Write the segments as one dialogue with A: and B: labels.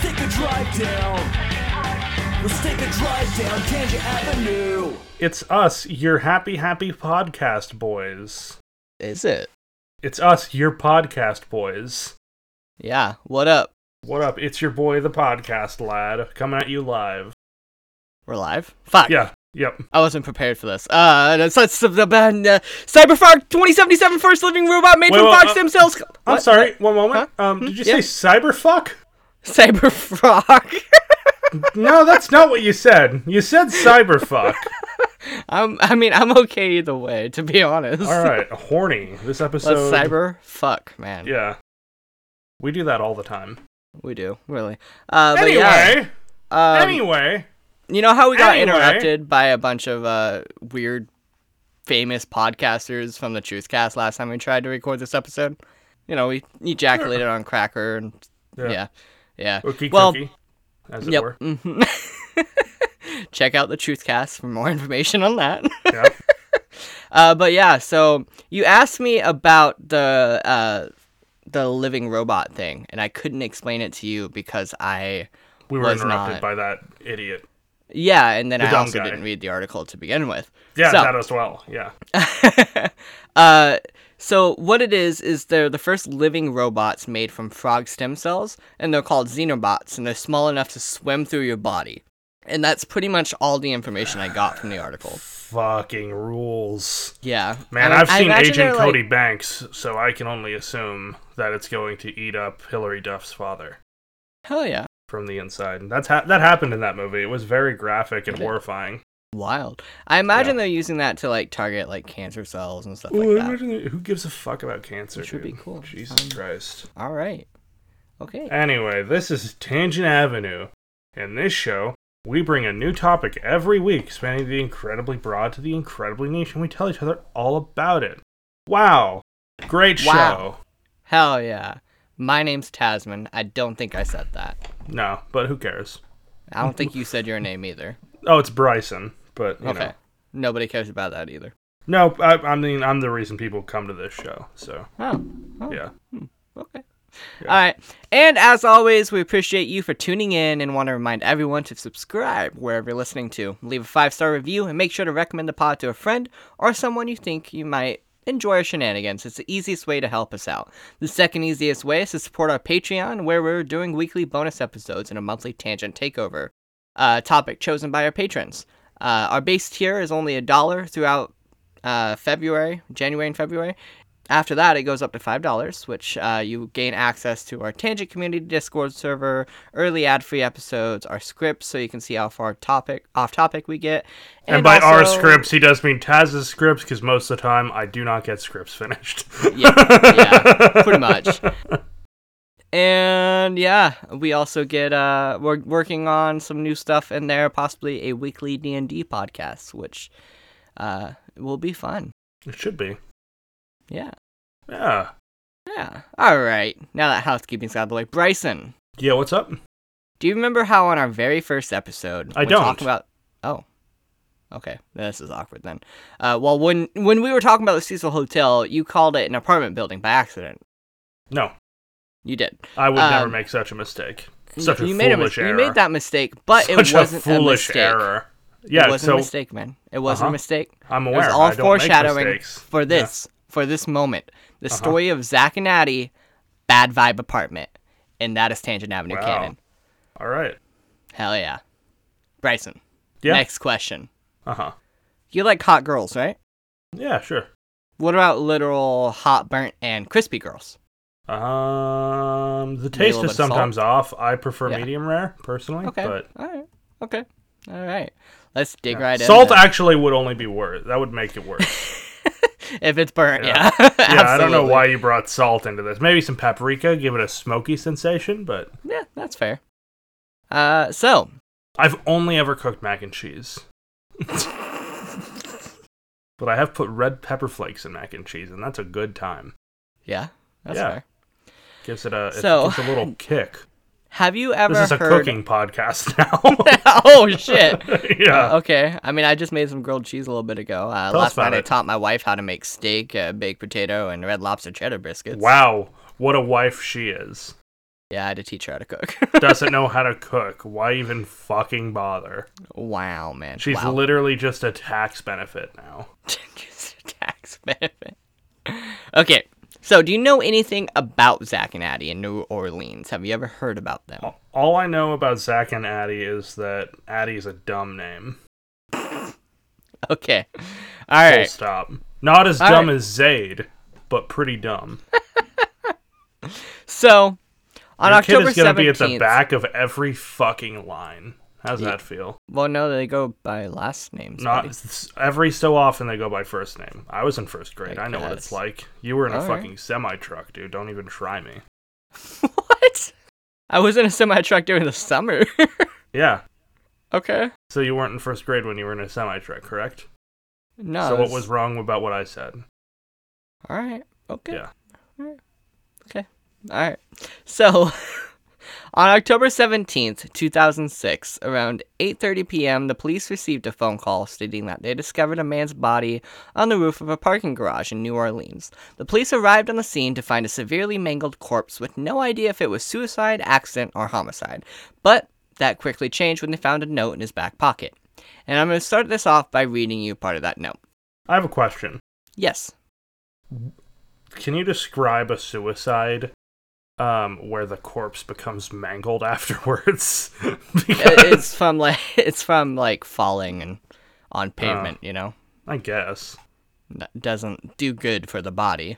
A: take a drive down. Let's take a drive down Tangent Avenue.
B: It's us, your happy, happy podcast boys.
C: Is it?
B: It's us, your podcast boys.
C: Yeah. What up?
B: What up? It's your boy, the podcast lad, coming at you live.
C: We're live. Fuck.
B: Yeah, yep.
C: I wasn't prepared for this. Uh, that's, that's the the- uh, Cyberfark 2077 first living robot made
B: Wait,
C: from
B: wait,
C: Fox
B: uh,
C: stem cells.
B: I'm
C: What?
B: sorry, one moment. Um,
C: Hmm?
B: did you say
C: Yeah.
B: cyberfuck?
C: Cyberfrog.
B: no, that's not what you said. You said cyberfuck.
C: I'm. I mean, I'm okay either way. To be honest.
B: All right, horny. This
C: Let's
B: episode.
C: cyber fuck, man.
B: Yeah. We do that all the time.
C: We do really. Uh, but
B: anyway,
C: yeah, um,
B: anyway.
C: You know how we got
B: Anyway.
C: interrupted by a bunch of uh, weird, famous podcasters from the Truthcast last time we tried to record this episode. You know, we ejaculated on Cracker and
B: Yeah.
C: yeah, yeah.
B: Ookie cookie, as it
C: yep.
B: were.
C: mhm. Check out the Truthcast for more information on that.
B: Yep.
C: Uh, but yeah, so you asked me about the uh, the living robot thing, and I couldn't explain it to you because I
B: We were
C: Was
B: interrupted
C: not.
B: by that idiot.
C: yeah, and then I
B: dumb
C: also
B: guy.
C: didn't read the article to begin with.
B: Yeah,
C: So-
B: that as well. Yeah.
C: Uh, so what it is is they're the first living robots made from frog stem cells, and they're called xenobots, and they're small enough to swim through your body. And that's pretty much all the information I got from the article.
B: Fucking rules.
C: Yeah,
B: Man,
C: I mean,
B: I've
C: I
B: seen
C: imagine
B: Agent
C: they're, like-
B: Cody Banks, so I can only assume that it's going to eat up Hillary Duff's father
C: Hell yeah,
B: from the inside. And That's ha- that happened in that movie. It was very graphic and
C: Did it?
B: horrifying.
C: wild. I imagine
B: Yeah.
C: they're using that to like target like cancer cells and stuff
B: Ooh,
C: like that.
B: imagine that- who gives a fuck about cancer?
C: Which would be
B: dude?
C: cool.
B: Jesus
C: Um,
B: Christ.
C: All right, okay.
B: Anyway, this is Tangent Avenue. In this show, we bring a new topic every week, spanning the incredibly broad to the incredibly niche, and we tell each other all about it. Wow. Great show.
C: Wow. Hell yeah. My name's Tasman. I don't think I said that.
B: No, but who cares?
C: I don't think you said your name either.
B: Oh, it's Bryson, but you
C: Okay.
B: know.
C: Nobody cares about that either.
B: No, I, I mean I'm the reason people come to this show. So
C: Oh. Oh.
B: yeah,
C: Okay.
B: Yeah.
C: All right. And as always, we appreciate you for tuning in and want to remind everyone to subscribe wherever you're listening to. Leave a five star review and make sure to recommend the pod to a friend or someone you think you might enjoy our shenanigans. It's the easiest way to help us out. The second easiest way is to support our Patreon, where we're doing weekly bonus episodes and a monthly tangent takeover uh, topic chosen by our patrons. Uh, our base tier is only a dollar throughout uh, February, January, and February. After that, it goes up to $5, which uh, you gain access to our Tangent Community Discord server, early ad free episodes, our scripts, so you can see how far topic off topic we get.
B: and, by our
C: also-
B: scripts, he does mean Taz's scripts because most of the time I do not get scripts finished.
C: yeah, yeah, pretty much. And yeah, we also get uh we're working on some new stuff in there, possibly a weekly D and D podcast, which uh will be fun.
B: it should be.
C: Yeah,
B: Yeah,
C: yeah. All right, now that housekeeping's out of the way, Bryson,
B: yeah. What's up?
C: do you remember how on our very first episode
B: I
C: when
B: don't.
C: talking about? Oh, okay, this is awkward then. Uh, well, when when we were talking about the Cecil Hotel, you called it an apartment building by accident.
B: No,
C: You did.
B: I would never
C: Um,
B: make such a mistake. Such a
C: you
B: foolish
C: made a mis-
B: error.
C: You made that mistake, but
B: such
C: it wasn't
B: a foolish
C: mistake.
B: error. Yeah,
C: it wasn't
B: so
C: a mistake, man. It wasn't
B: Uh-huh.
C: a mistake.
B: I'm
C: It
B: aware.
C: was all
B: I don't
C: foreshadowing
B: make mistakes.
C: for
B: Yeah. Uh-huh.
C: this, for this moment. The story of Zach and Addie, Bad Vibe Apartment, and that is Tangent Avenue
B: Wow.
C: canon.
B: All right.
C: Hell yeah, Bryson.
B: Yeah.
C: Next question.
B: Uh huh.
C: You like hot girls, right?
B: Yeah. Sure.
C: What about literal hot, burnt, and crispy girls?
B: Um, the
C: a
B: taste
C: little bit
B: is
C: of
B: sometimes off. I prefer
C: Yeah.
B: medium rare personally,
C: Okay.
B: but
C: All right. Okay. All right. Let's dig
B: Yeah.
C: right in.
B: Salt
C: then.
B: actually would only be worse. That would make it worse.
C: if it's burnt,
B: Yeah.
C: yeah.
B: yeah, I don't know
C: Absolutely.
B: why you brought salt into this. Maybe some paprika, give it a smoky sensation, but
C: Yeah, that's fair. Uh, so
B: I've only ever cooked mac and cheese. but I have put red pepper flakes in mac and cheese, and that's a good time.
C: yeah, that's
B: Yeah.
C: fair.
B: Gives it a, it
C: So-
B: gives a little kick.
C: Have you ever
B: This is a
C: heard?
B: cooking podcast now.
C: oh shit.
B: yeah.
C: Uh, okay. I mean, I just made some grilled cheese a little bit ago. Uh,
B: Tell us
C: last
B: about
C: night I
B: it.
C: taught my wife how to make steak, uh, baked potato, and red lobster cheddar biscuits.
B: wow. What a wife she is.
C: Yeah, I had to teach her how to cook.
B: Doesn't know how to cook. Why even fucking bother?
C: wow, man.
B: She's
C: wow.
B: literally just a tax benefit now.
C: Just a tax benefit. Okay, so do you know anything about Zach and Addie in New Orleans? Have you ever heard about them?
B: All I know about Zach and Addie is that Addie's a dumb name.
C: Okay. All
B: Full
C: right.
B: stop. Not as
C: All
B: dumb
C: right.
B: as Zayd, but pretty dumb.
C: So, on
B: Your
C: October
B: kid is gonna
C: 17th.
B: be at the back of every fucking line. How's that feel?
C: Well, no, they go by last names.
B: Not
C: buddy.
B: every so often they go by first name. I was in first grade.
C: I
B: I, know what
C: guess.
B: it's like. You were in a
C: All right.
B: fucking semi truck, dude. Don't even try me.
C: What? I was in a semi truck during the summer.
B: Yeah.
C: okay.
B: So you weren't in first grade when you were in a semi truck, correct?
C: No.
B: so what
C: it's-
B: was wrong about what I said?
C: All right. Okay.
B: Yeah.
C: Okay. All right. So, on October 17th, 2006, around 8:30 p.m., the police received a phone call stating that they discovered a man's body on the roof of a parking garage in New Orleans. The police arrived on the scene to find a severely mangled corpse with no idea if it was suicide, accident, or homicide. But that quickly changed when they found a note in his back pocket. And I'm going to start this off by reading you part of that note.
B: I have a question.
C: Yes.
B: Can you describe a suicide um, where the corpse becomes mangled afterwards?
C: It-
B: because
C: it's from like it's from like falling and on pavement, you know.
B: I guess.
C: N- doesn't do good for the body.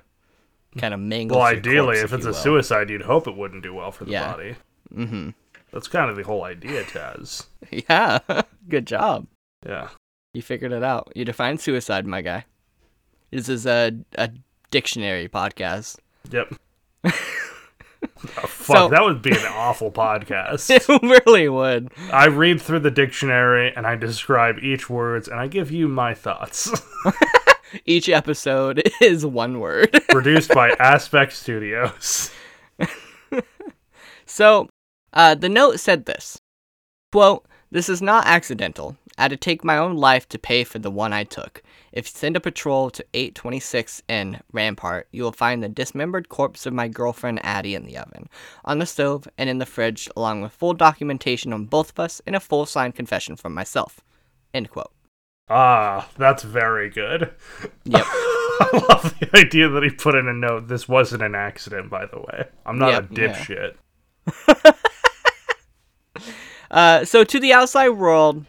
C: Kind of mingles.
B: Well,
C: your
B: ideally,
C: corpse,
B: if it's
C: you
B: a
C: will. Mm-hmm.
B: suicide, you'd hope it wouldn't do well for the
C: Yeah.
B: body. That's kind of the whole idea, Taz.
C: yeah, good job.
B: Yeah.
C: You figured it out. You defined suicide, my guy. This is a a dictionary podcast.
B: Yep. Oh, fuck,
C: So-
B: that would be an awful podcast.
C: It really would.
B: I read through the dictionary and I describe each words and I give you my thoughts.
C: Each episode is one word.
B: Produced by Aspect Studios.
C: So, uh, the note said this Quote, This is not accidental. I had to take my own life to pay for the one I took. If you send a patrol to 826 in Rampart, you will find the dismembered corpse of my girlfriend Addie in the oven, on the stove, and in the fridge, along with full documentation on both of us and a full signed confession from myself. End quote.
B: Ah, that's very good.
C: Yep.
B: I love the idea that he put in a note. This wasn't an accident, by the way. I'm not a
C: Yep, yeah.
B: dipshit.
C: Uh, so to the outside world,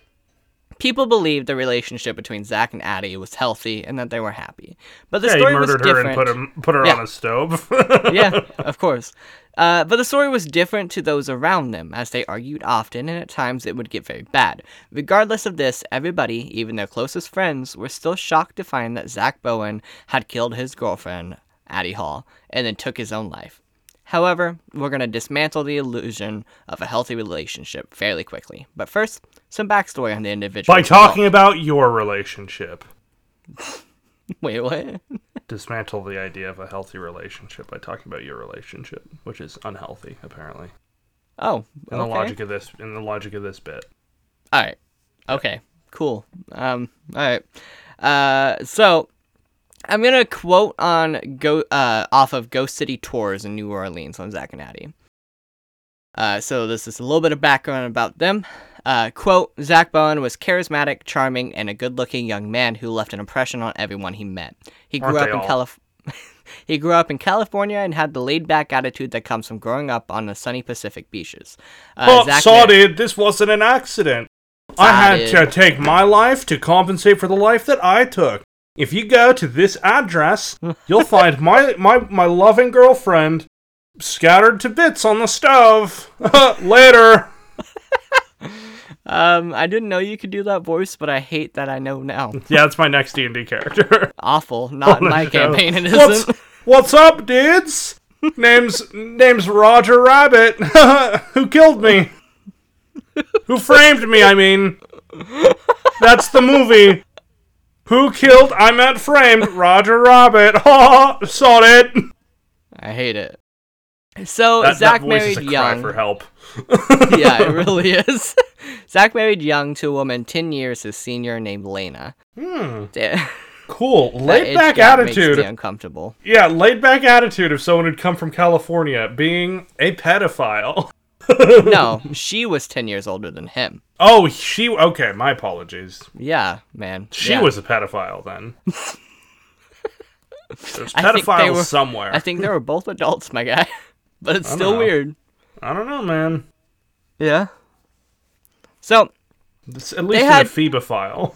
C: people believed the relationship between Zach and Addie was healthy and that they were happy. But the
B: Yeah,
C: story
B: he murdered
C: was
B: her
C: different.
B: and put him put her
C: Yeah.
B: on a stove.
C: yeah, of course. Uh, but the story was different to those around them, as they argued often, and at times it would get very bad. Regardless of this, everybody, even their closest friends, were still shocked to find that Zach Bowen had killed his girlfriend, Addie Hall, and then took his own life. However, we're going to dismantle the illusion of a healthy relationship fairly quickly. But first, some backstory on the individual.
B: By talking about your relationship.
C: Wait, what?
B: Dismantle the idea of a healthy relationship by talking about your relationship, which is unhealthy, apparently.
C: Oh,
B: In
C: okay.
B: the logic of this in the logic of this bit.
C: All right. Okay. Cool. Um. All right. Uh. So, I'm gonna quote on go uh off of Ghost City Tours in New Orleans on Zach and Addie. Uh, so this is a little bit of background about them. Uh, quote, Zach Bowen was charismatic, charming, and a good-looking young man who left an impression on everyone he met. He grew
B: Aren't
C: up
B: they
C: in
B: all?
C: California. He grew up in California and had the laid-back attitude that comes from growing up on the sunny Pacific beaches. Uh,
B: But
C: Zach-
B: sorry, this wasn't an accident. I had
C: Sorry.
B: to take my life to compensate for the life that I took. If you go to this address, you'll find my, my, my loving girlfriend scattered to bits on the stove. Later.
C: Um, I didn't know you could do that voice, but I hate that I know now.
B: Yeah, that's my next D&D character.
C: Awful. Not in my campaign, it
B: What's,
C: isn't.
B: what's up, dudes? Name's name's Roger Rabbit. Who killed me? Who framed me? I mean, that's the movie. Who killed? I meant framed Roger Rabbit. Ha! Saw it.
C: I hate it. So
B: That,
C: Zach
B: voice
C: married
B: is a
C: young.
B: cry for help.
C: yeah, it really is. Zach married young to a woman ten years his senior named Lena. Hmm.
B: cool,
C: That
B: laid
C: itch
B: back
C: gap makes
B: attitude.
C: me uncomfortable.
B: Yeah, laid back attitude of someone who'd come from California being a pedophile.
C: No, she was 10 years older than him.
B: Oh, she. Okay, my apologies.
C: Yeah, man.
B: She
C: Yeah.
B: was a pedophile then. There's
C: I think they
B: pedophiles
C: were-
B: somewhere.
C: I think they were both adults, my guy. But it's
B: I don't
C: still
B: know.
C: weird.
B: I don't know, man.
C: Yeah. So
B: It's at least in
C: had-
B: a phebophile.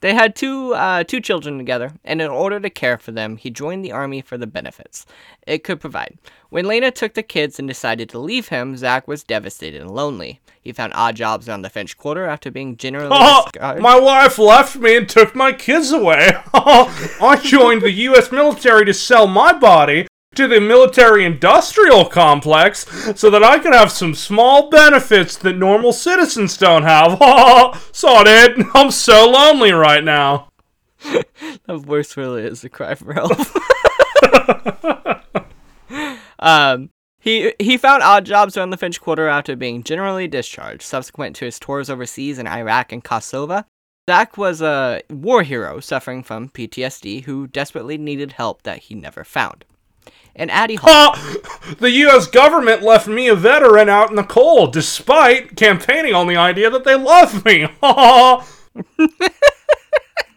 C: they had two uh, two children together, and in order to care for them, he joined the army for the benefits it could provide. When Lena took the kids and decided to leave him, Zach was devastated and lonely. He found odd jobs on the Finch Quarter after being generally
B: Oh,
C: discarded.
B: my wife left me and took my kids away. I joined the U.S. military to sell my body to the military industrial complex so that I could have some small benefits that normal citizens don't have. Saw it. I'm so lonely right now.
C: The voice really is a cry for help. um, he he found odd jobs around the Finch Quarter after being generally discharged. Subsequent to his tours overseas in Iraq and Kosovo, Zach was a war hero suffering from PTSD who desperately needed help that he never found. And Addie Hall,
B: Ah, the U.S. government left me a veteran out in the cold despite campaigning on the idea that they love me.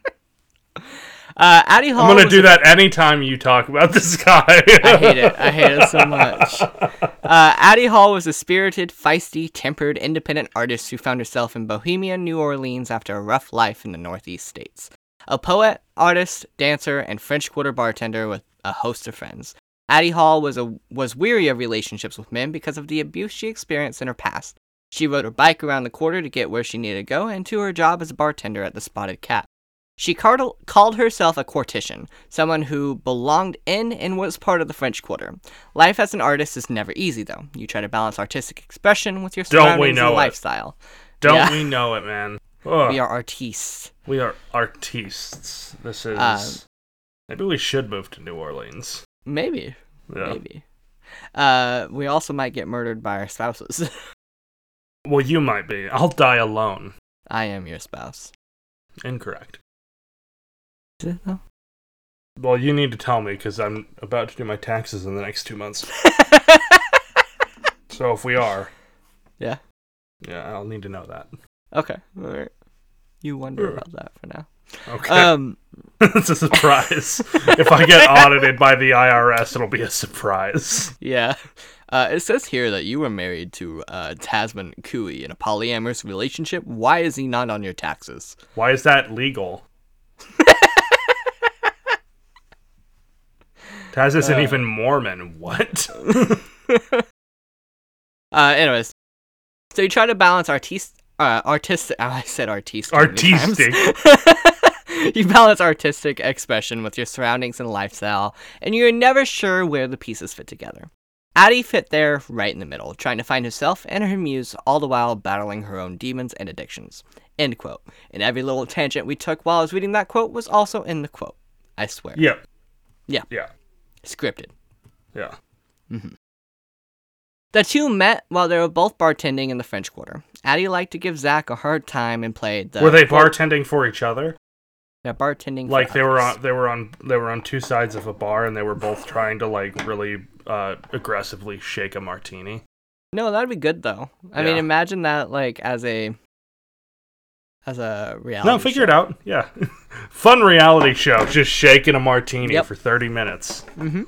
C: uh, Addie Hall.
B: Ah! I'm going to
C: was
B: do that anytime you talk about this guy.
C: I hate it. I hate it so much. Uh, Addie Hall was a spirited, feisty, tempered, independent artist who found herself in Bohemia, New Orleans after a rough life in the Northeast states. A poet, artist, dancer, and French Quarter bartender with a host of friends. Addie Hall was, a, was weary of relationships with men because of the abuse she experienced in her past. She rode her bike around the quarter to get where she needed to go and to her job as a bartender at the Spotted Cat. She cardl- called herself a quartician, someone who belonged in and was part of the French Quarter. Life as an artist is never easy, though. You try to balance artistic expression with your
B: Don't we
C: surroundings
B: know
C: and
B: it.
C: lifestyle.
B: Don't
C: Yeah.
B: we know it, man? Ugh,
C: We are artistes.
B: we are artistes. This is.
C: Um,
B: maybe we should move to New Orleans.
C: Maybe.
B: Yeah.
C: Maybe. Uh, we also might get murdered by our spouses.
B: Well, you might be. I'll die alone.
C: I am your spouse.
B: Incorrect.
C: Is it though?
B: Well, you need to tell me because I'm about to do my taxes in the next two months. so if we are,
C: Yeah.
B: yeah, I'll need to know that.
C: Okay. All right. You wonder
B: Ugh.
C: about that for now.
B: Okay.
C: Um.
B: it's a surprise. if I get audited by the IRS, it'll be a surprise.
C: Yeah. Uh, it says here that you were married to uh, Tasman Cooey in a polyamorous relationship. Why is he not on your taxes?
B: Why is that legal? Taz isn't even Mormon. What?
C: Uh, anyways, so you try to balance artist, uh, artistic. Oh, I said artistic. many times. you balance artistic expression with your surroundings and lifestyle, and you're never sure where the pieces fit together. Addie fit there right in the middle, trying to find herself and her muse, all the while battling her own demons and addictions. End quote. And every little tangent we took while I was reading that quote was also in the quote. I swear.
B: Yep.
C: Yeah.
B: Yeah.
C: Scripted.
B: Yeah.
C: The two met while they were both bartending in the French Quarter. Addie liked to give Zach a hard time and played the.
B: were they bartending for each other?
C: They're bartending. for
B: Like they were
C: others.
B: on they were on they were on two sides of a bar and they were both trying to like really uh aggressively shake a martini.
C: No, that'd be good though. I mean,
B: Yeah.
C: imagine that like as a as a reality.
B: No, figure it out. Yeah. Fun reality show. Just shaking a martini
C: Yep.
B: for 30 minutes.
C: Mhm.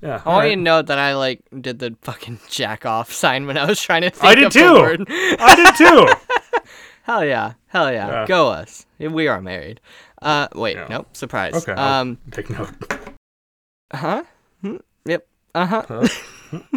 B: Yeah.
C: I want you to know that I like did the fucking jack off sign when I was trying to think
B: I did
C: of the
B: too.
C: word.
B: I did too.
C: hell yeah, hell yeah,
B: Yeah.
C: go us. We are married. Uh, wait,
B: Yeah.
C: nope, surprise.
B: Okay. I'll
C: Um,
B: take note.
C: huh? Hmm, Yep. Uh huh.
B: Huh? Hmm.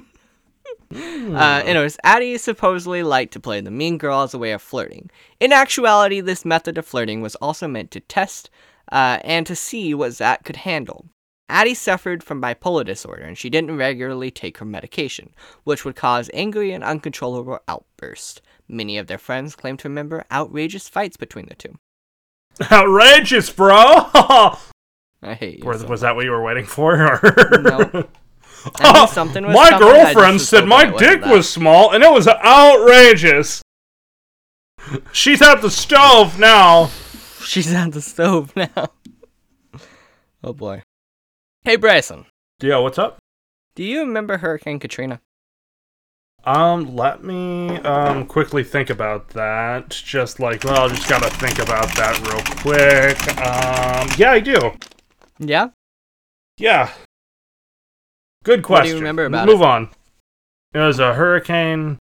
C: Uh, anyways, Addie supposedly liked to play the mean girl as a way of flirting. In actuality, this method of flirting was also meant to test uh, and to see what Zach could handle. Addie suffered from bipolar disorder and she didn't regularly take her medication, which would cause angry and uncontrollable outbursts. Many of their friends claim to remember outrageous fights between the two.
B: Outrageous, bro.
C: I hate you.
B: Was,
C: so-
B: was that what you were waiting for? Oh,
C: No. I knew something was
B: my
C: something, I just
B: girlfriend
C: was
B: said
C: hoping
B: my
C: it wasn't
B: dick
C: that.
B: was small and it was outrageous. She's at the stove now.
C: She's on the stove now. Oh boy. Hey Bryson,
B: Yeah, what's up?
C: do you remember Hurricane Katrina?
B: Um, let me um quickly think about that. Just like, well, just gotta think about that real quick. Um, yeah, I do.
C: Yeah?
B: Yeah. Good
C: What do
B: question.
C: you remember about
B: Move on. It was a hurricane.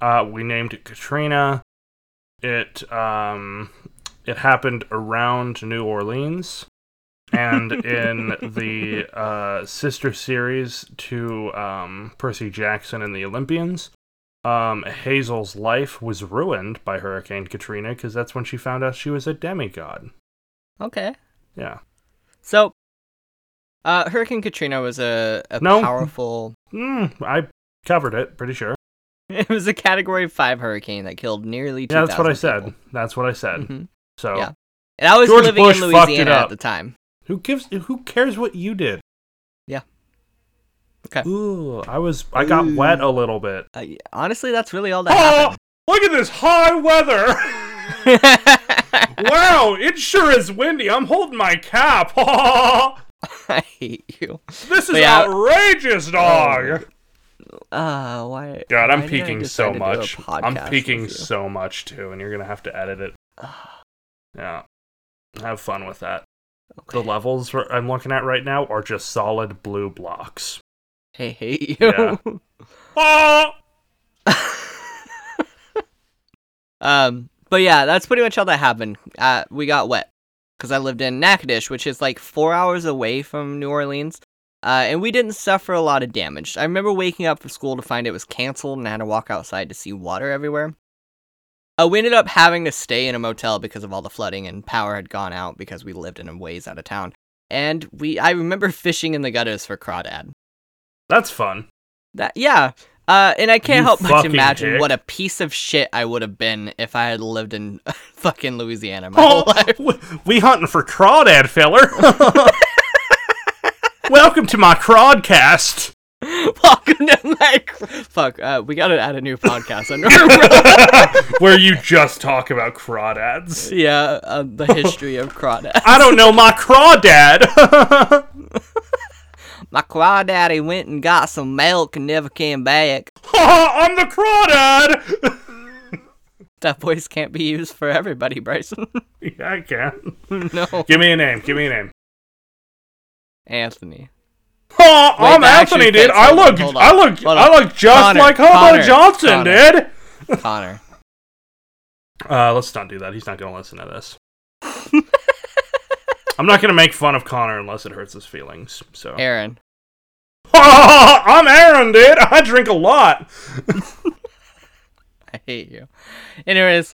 B: Uh, we named it Katrina. It um, it happened around New Orleans, and in the uh, sister series to um, Percy Jackson and the Olympians. Um, Hazel's life was ruined by Hurricane Katrina because that's when she found out she was a demigod.
C: Okay.
B: Yeah.
C: So uh Hurricane Katrina was a, a
B: No.
C: powerful
B: Mm, I covered it, pretty sure.
C: it was a category five hurricane that killed nearly two.
B: Yeah, that's what I said. That's what I said.
C: Mhm.
B: So
C: Yeah. And I was
B: George
C: living
B: Bush
C: in
B: fucked it
C: Louisiana at
B: up.
C: the time.
B: who gives? Who cares what you did?
C: Yeah. Okay.
B: Ooh, I was. I got
C: Ooh.
B: wet a little bit.
C: Uh, honestly, that's really
B: Oh,
C: all that
B: look at this high weather! Oh!
C: happened.
B: wow, it sure is windy. I'm holding my cap.
C: I hate you.
B: this is
C: But yeah.
B: outrageous, dog.
C: Uh, why?
B: God,
C: why
B: I'm
C: did I
B: peaking so
C: decide to do a
B: much. I'm
C: podcast
B: peaking
C: with you?
B: so much too, and you're gonna have to edit it. Yeah. Have fun with that. The
C: Okay.
B: levels we're- I'm looking at right now are just solid blue blocks.
C: I hate you.
B: Oh!
C: Ah! um, but yeah, that's pretty much all that happened. Uh, we got wet because I lived in Natchitoches, which is like four hours away from New Orleans. Uh, and we didn't suffer a lot of damage. I remember waking up from school to find it was canceled and I had to walk outside to see water everywhere. Uh, we ended up having to stay in a motel because of all the flooding and power had gone out because we lived in a ways out of town. And we, I remember fishing in the gutters for crawdad.
B: That's fun.
C: That yeah. Uh, and I can't
B: You
C: help but
B: fucking
C: imagine
B: dick.
C: what a piece of shit I would have been if I had lived in fucking Louisiana my whole
B: Oh,
C: life.
B: we- we hunting for crawdad filler. Welcome to my crawdcast.
C: Welcome to my cr- fuck. Uh, we gotta add a new podcast under
B: where you just talk about crawdads.
C: yeah, uh, the history of crawdad.
B: I don't know my crawdad.
C: My crawdaddy went and got some milk and never came back.
B: I'm the crawdad.
C: That voice can't be used for everybody, Bryson.
B: yeah, I can.
C: no,
B: Give me a name. Give me a name.
C: Anthony.
B: Oh,
C: Wait,
B: I'm
C: that actually
B: Anthony, dude.
C: fits.
B: I
C: Hold on,
B: look,
C: hold on,
B: I look,
C: hold
B: I
C: on.
B: look just
C: Connor,
B: like Hobo
C: Connor,
B: Johnson,
C: Connor.
B: dude.
C: Connor.
B: Uh, let's not do that. He's not going to listen to this. I'm not going to make fun of Connor unless it hurts his feelings. So
C: Aaron.
B: I'm Aaron, dude. I drink a lot.
C: I hate you. Anyways,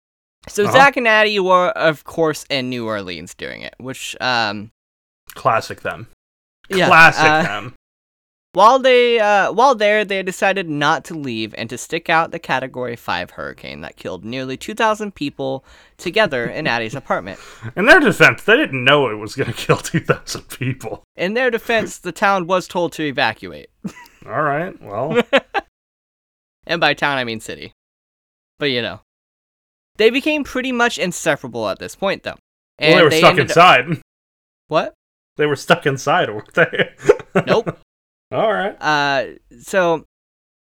C: so
B: Uh-huh.
C: Zach and Addie were, of course, in New Orleans during it, which, um,
B: Classic them.
C: yeah,
B: Classic
C: uh,
B: them.
C: while they, uh, while there, they decided not to leave and to stick out the Category Five hurricane that killed nearly two thousand people together in Addie's apartment.
B: In their defense, they didn't know it was going to kill 2,000 people.
C: In their defense, the town was told to evacuate,
B: All right. Well,
C: and by town I mean city. But you know, they became pretty much inseparable at this point, though. And
B: well they were stuck
C: ended up-
B: inside.
C: what?
B: They were stuck inside, weren't they?
C: Nope.
B: All right.
C: Uh, so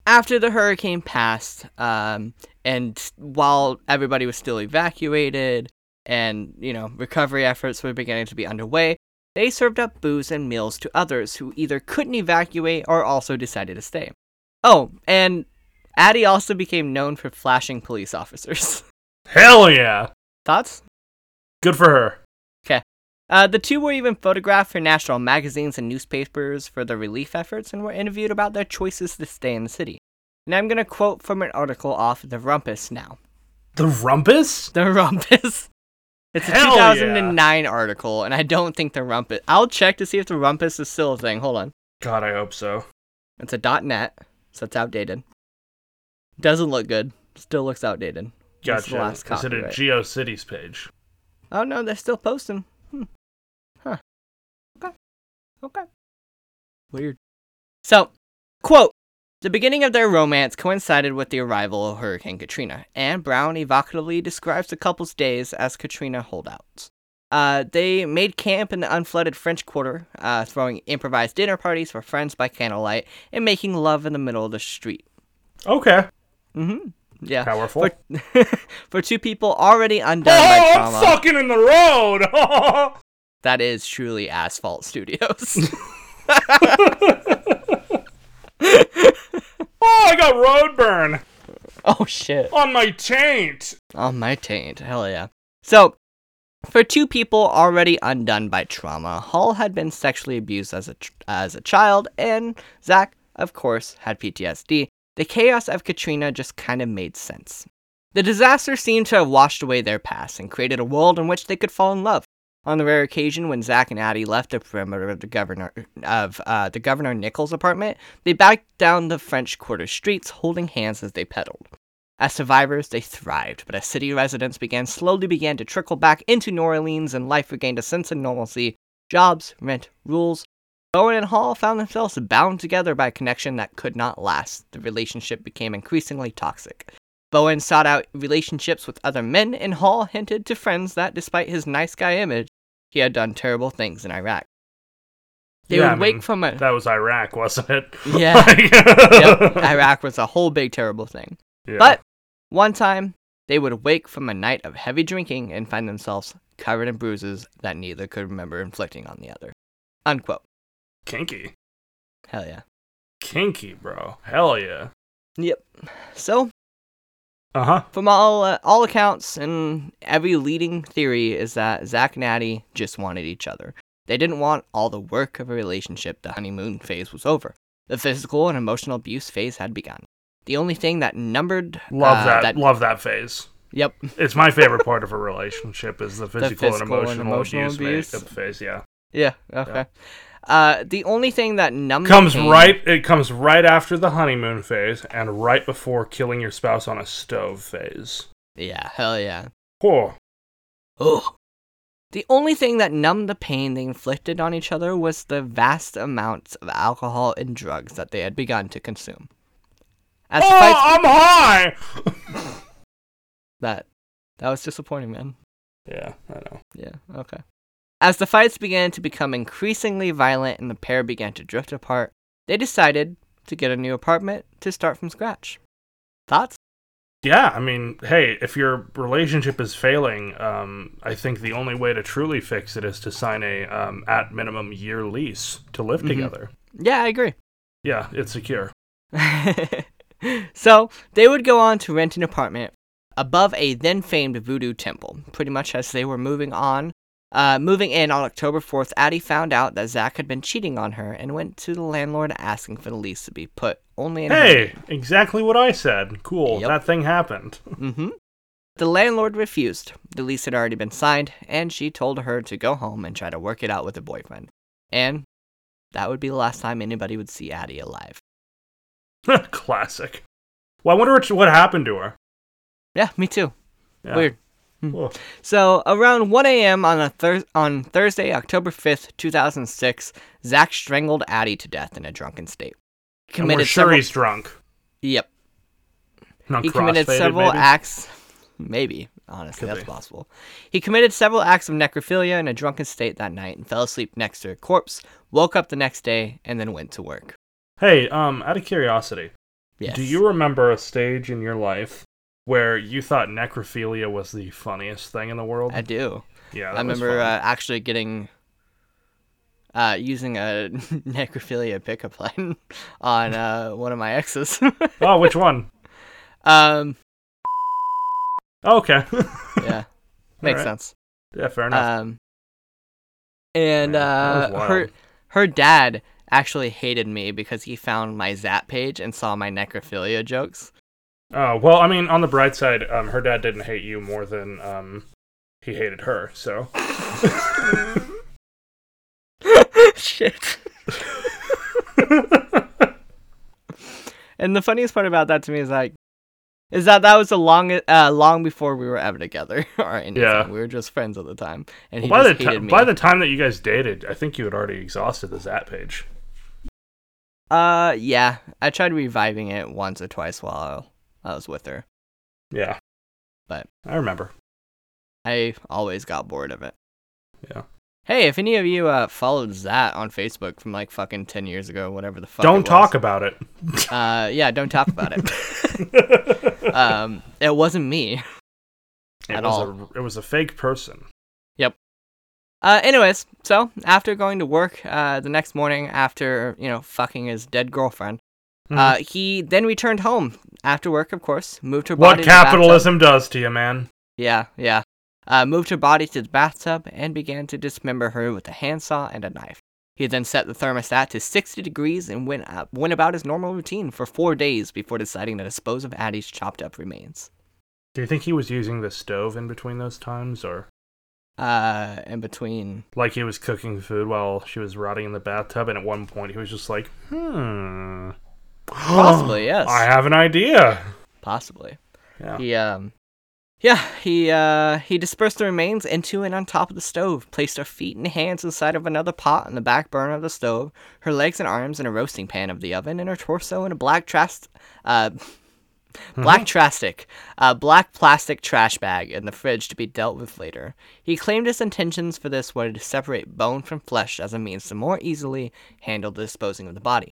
C: after the hurricane passed, um, and while everybody was still evacuated and, you know, recovery efforts were beginning to be underway, they served up booze and meals to others who either couldn't evacuate or also decided to stay. Oh, and Addie also became known for flashing police officers.
B: Hell yeah.
C: Thoughts?
B: Good for her.
C: Uh, the two were even photographed for national magazines and newspapers for their relief efforts and were interviewed about their choices to stay in the city. And I'm going to quote from an article off The Rumpus now.
B: The rumpus?
C: The Rumpus. It's a
B: Hell yeah.
C: 2009 article, and I don't think The Rumpus. I'll check to see if The Rumpus is still a thing. Hold on.
B: God, I hope so.
C: It's a .net, so it's outdated. Doesn't look good. Still looks outdated. That's the
B: Gotcha.
C: last
B: Is it a
C: copyright.
B: GeoCities page?
C: Oh no, they're still posting. Hmm. Huh. Okay. Okay. Weird. So, quote The beginning of their romance coincided with the arrival of Hurricane Katrina, and Brown evocatively describes the couple's days as Katrina holdouts. Uh, they made camp in the unflooded French Quarter, uh, throwing improvised dinner parties for friends by candlelight and making love in the middle of the street. Mm-hmm.
B: Okay.
C: Yeah,
B: Powerful.
C: for, for two people already undone by
B: Oh,
C: trauma.
B: I'm fucking in the road.
C: That is truly Asphalt Studios.
B: oh, I got road burn
C: oh shit.
B: on my taint.
C: On Oh, my taint. Hell yeah. So, for two people already undone by trauma, Hall had been sexually abused as a tr- as a child, and Zach, of course, had PTSD. The chaos of Katrina just kind of made sense. The disaster seemed to have washed away their past and created a world in which they could fall in love. On the rare occasion when Zach and Addie left the perimeter of the governor of uh, the governor Nichols' apartment, they backed down the French Quarter streets, holding hands as they pedaled. As survivors, they thrived, but as city residents began slowly began to trickle back into New Orleans and life regained a sense of normalcy, jobs, rent, rules, Bowen and Hall found themselves bound together by a connection that could not last. The relationship became increasingly toxic. Bowen sought out relationships with other men, and Hall hinted to friends that, despite his nice guy image, he had done terrible things in Iraq. They
B: Yeah,
C: would
B: I mean,
C: wake from a
B: That was Iraq, wasn't it?
C: Yeah.
B: Like-
C: yep, Iraq was a whole big terrible thing.
B: Yeah.
C: But one time, they would wake from a night of heavy drinking and find themselves covered in bruises that neither could remember inflicting on the other. Unquote.
B: kinky,
C: Hell yeah.
B: kinky, bro. Hell yeah.
C: Yep. So,
B: Uh huh.
C: from all uh, all accounts and every leading theory is that Zack and Addie just wanted each other. They didn't want all the work of a relationship. The honeymoon phase was over. The physical and emotional abuse phase had begun. The only thing that numbered
B: Love
C: uh,
B: that. Love that phase.
C: yep.
B: It's my favorite part of a relationship is the physical,
C: physical
B: and
C: and
B: emotional,
C: emotional
B: abuse, ma-
C: abuse.
B: uh, phase. Yeah,
C: Yeah. Okay. Uh, the only thing that numbered
B: comes
C: pain-
B: right. It comes right after the honeymoon phase and right before killing your spouse on a stove phase.
C: Yeah. Hell yeah.
B: Oh,
C: Ugh. The only thing that numbed the pain they inflicted on each other was the vast amounts of alcohol and drugs that they had begun to consume. As the
B: oh
C: fights-
B: I'm high.
C: that that was disappointing, man.
B: Yeah, I know.
C: Yeah, okay. As the fights began to become increasingly violent and the pair began to drift apart, they decided to get a new apartment to start from scratch. Thoughts?
B: Yeah, I mean, hey, if your relationship is failing, um, I think the only way to truly fix it is to sign a um, at minimum year lease to live
C: Mhm.
B: together.
C: Yeah, I agree.
B: Yeah, it's secure.
C: so they would go on to rent an apartment above a then famed voodoo temple. Pretty much as they were moving on, uh, moving in on October 4th, Addie found out that Zach had been cheating on her and went to the landlord asking for the lease to be put only in.
B: Hey, exactly what I said. Cool,
C: Yep.
B: that thing happened.
C: Mm-hmm. The landlord refused. The lease had already been signed, and she told her to go home and try to work it out with her boyfriend. And that would be the last time anybody would see Addie alive.
B: Classic. Well, I wonder what, what happened to her.
C: Yeah, me too.
B: Yeah.
C: Weird.
B: Whoa.
C: So around 1 a.m. on a thur- on Thursday, October 5th, 2006, Zach strangled Addie to death in a drunken state. He
B: And we're sure
C: several-
B: he's drunk.
C: Yep.
B: Not
C: He committed
B: crossfaded,
C: several
B: maybe?
C: acts. Maybe, honestly,
B: Could
C: that's
B: be.
C: possible. He committed several acts of necrophilia in a drunken state that night and fell asleep next to a corpse. Woke up the next day and then went to work.
B: Hey, um, out of curiosity,
C: Yes.
B: do you remember a stage in your life where you thought necrophilia was the funniest thing in the world?
C: I do.
B: yeah,
C: I
B: that was
C: remember
B: fun.
C: uh, actually getting uh, using a necrophilia pickup line on uh, one of my exes.
B: oh, which one?
C: um,
B: Oh, okay.
C: yeah, makes
B: Alright.
C: sense.
B: yeah, fair enough.
C: Um,
B: Man,
C: and
B: that was
C: uh, her
B: wild.
C: her dad actually hated me because he found my Zap page and saw my necrophilia jokes.
B: oh, well, I mean, on the bright side, um, her dad didn't hate you more than um, he hated her. So
C: Shit. And the funniest part about that to me is like, is that that was a long uh, long before we were ever together or anything.
B: Yeah.
C: We were just friends at the time, and he
B: by the
C: just
B: ti-
C: hated me.
B: by the time that you guys dated, I think you had already exhausted the Zap page.
C: uh, yeah, I tried reviving it once or twice while I was with her.
B: Yeah,
C: But-
B: I remember.
C: I always got bored of it.
B: Yeah.
C: Hey, if any of you uh, followed that on Facebook from like fucking 10 years ago, whatever the fuck.
B: Don't
C: it
B: talk
C: was,
B: about it.
C: Uh, yeah, don't talk about it. um, it wasn't me.
B: It
C: At
B: was
C: all.
B: A, it was a fake person.
C: Uh, anyways, so after going to work uh, the next morning after, you know, fucking his dead girlfriend, uh,
B: Mm-hmm.
C: he then returned home after work, of course, moved her body.
B: What
C: to the bathtub.
B: capitalism does to you, man.
C: Yeah, yeah. Uh, moved her body to the bathtub and began to dismember her with a handsaw and a knife. He then set the thermostat to 60 degrees and went, up, went about his normal routine for four days before deciding to dispose of Addie's chopped up remains.
B: Do you think he was using the stove in between those times, or
C: Uh, in between.
B: like he was cooking food while she was rotting in the bathtub? And at one point, he was just like, "Hmm,
C: Possibly, yes.
B: I have an idea."
C: Possibly.
B: Yeah.
C: He, um. Yeah, he uh, he dispersed the remains into and on top of the stove, placed her feet and hands inside of another pot on the back burner of the stove, her legs and arms in a roasting pan of the oven, and her torso in a black trast, uh, black trastic, uh, black plastic trash bag in the fridge to be dealt with later. He claimed his intentions for this were to separate bone from flesh as a means to more easily handle the disposing of the body.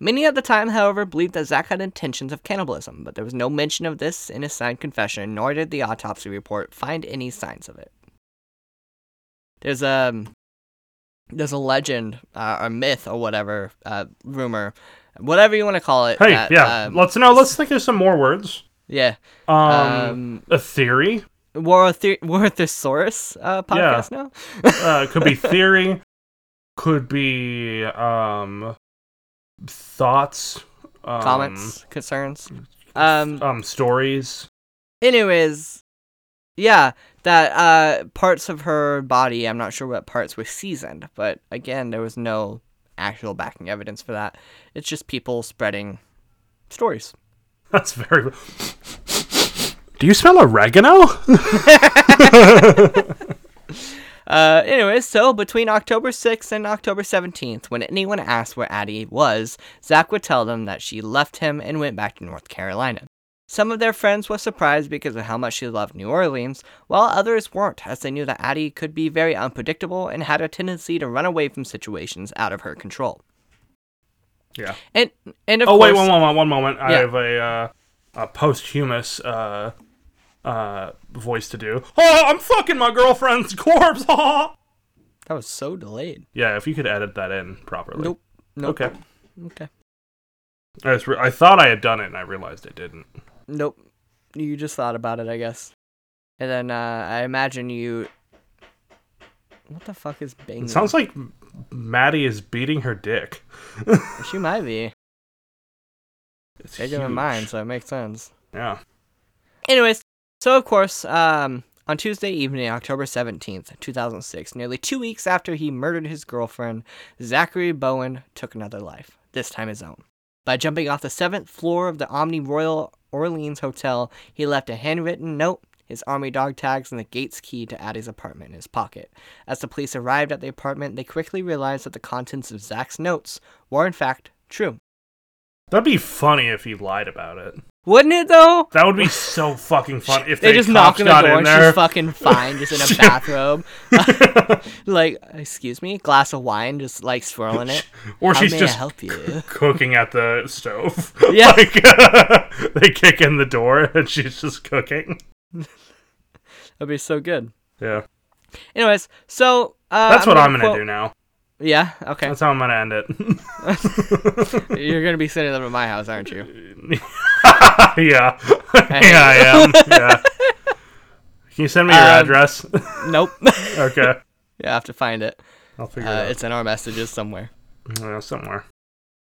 C: Many at the time, however, believed that Zack had intentions of cannibalism, but there was no mention of this in his signed confession, nor did the autopsy report find any signs of it. There's a there's a legend uh, or myth or whatever uh, rumor, whatever you want to call it.
B: Hey,
C: that,
B: yeah.
C: um,
B: let's no. Let's think of some more words.
C: yeah.
B: Um,
C: Um,
B: a theory
C: War the- War Thesaurus uh, podcast now.
B: uh, could be theory, could be um, thoughts, um,
C: Comments, concerns.
B: Mm.
C: Um.
B: um, stories.
C: Anyways, yeah, that uh parts of her body. I'm not sure what parts were seasoned, but again, there was no actual backing evidence for that. It's just people spreading stories.
B: That's very. Do you smell oregano?
C: Uh, anyways, so between October 6th and October 17th, when anyone asked where Addie was, Zach would tell them that she left him and went back to North Carolina. Some of their friends were surprised because of how much she loved New Orleans, while others weren't, as they knew that Addie could be very unpredictable and had a tendency to run away from situations out of her control.
B: yeah.
C: And and of
B: Oh
C: course,
B: wait, one moment, one moment. I
C: Yeah.
B: have a uh, a posthumous uh, uh, voice to do. Oh, I'm fucking my girlfriend's corpse. ha!
C: that was so delayed.
B: yeah, if you could edit that in properly.
C: Nope. Nope.
B: Okay.
C: Okay.
B: I, just re- I thought I had done it, and I realized I didn't.
C: Nope. You just thought about it, I guess. And then uh, I imagine you. What the fuck is banging?
B: It sounds like M- Maddie is beating her dick.
C: she might be.
B: It's
C: Bigger than
B: huge.
C: mine, so it makes sense.
B: Yeah.
C: Anyways, so of course, um, on Tuesday evening, October 17th, 2006, nearly two weeks after he murdered his girlfriend, Zachary Bowen took another life, this time his own. By jumping off the seventh floor of the Omni Royal Orleans Hotel, he left a handwritten note, his army dog tags, and the gate's key to Addie's apartment in his pocket. As the police arrived at the apartment, they quickly realized that the contents of Zach's notes were, in fact, true.
B: That'd be funny if he lied about it.
C: Wouldn't it though?
B: That would be so fucking fun if
C: they just knock
B: cops
C: on the
B: got
C: door
B: in
C: and
B: there.
C: she's fucking fine, just in a bathrobe. like, excuse me, glass of wine, just like swirling it.
B: or
C: How
B: she's
C: may
B: just
C: I help you?
B: cooking at the stove.
C: Yeah.
B: like, they kick in the door and she's just cooking.
C: That'd be so good.
B: Yeah.
C: Anyways, so uh,
B: That's what I'm going
C: gonna
B: to do now.
C: do. Yeah. Okay.
B: That's how I'm going to end it.
C: You're gonna be sending them at my house, aren't you?
B: yeah. yeah, I am. Yeah. Can you send me your
C: Um,
B: address?
C: Nope.
B: okay.
C: yeah, I have to find it.
B: I'll figure
C: Uh,
B: it
C: it's in our messages somewhere.
B: out. Yeah, somewhere.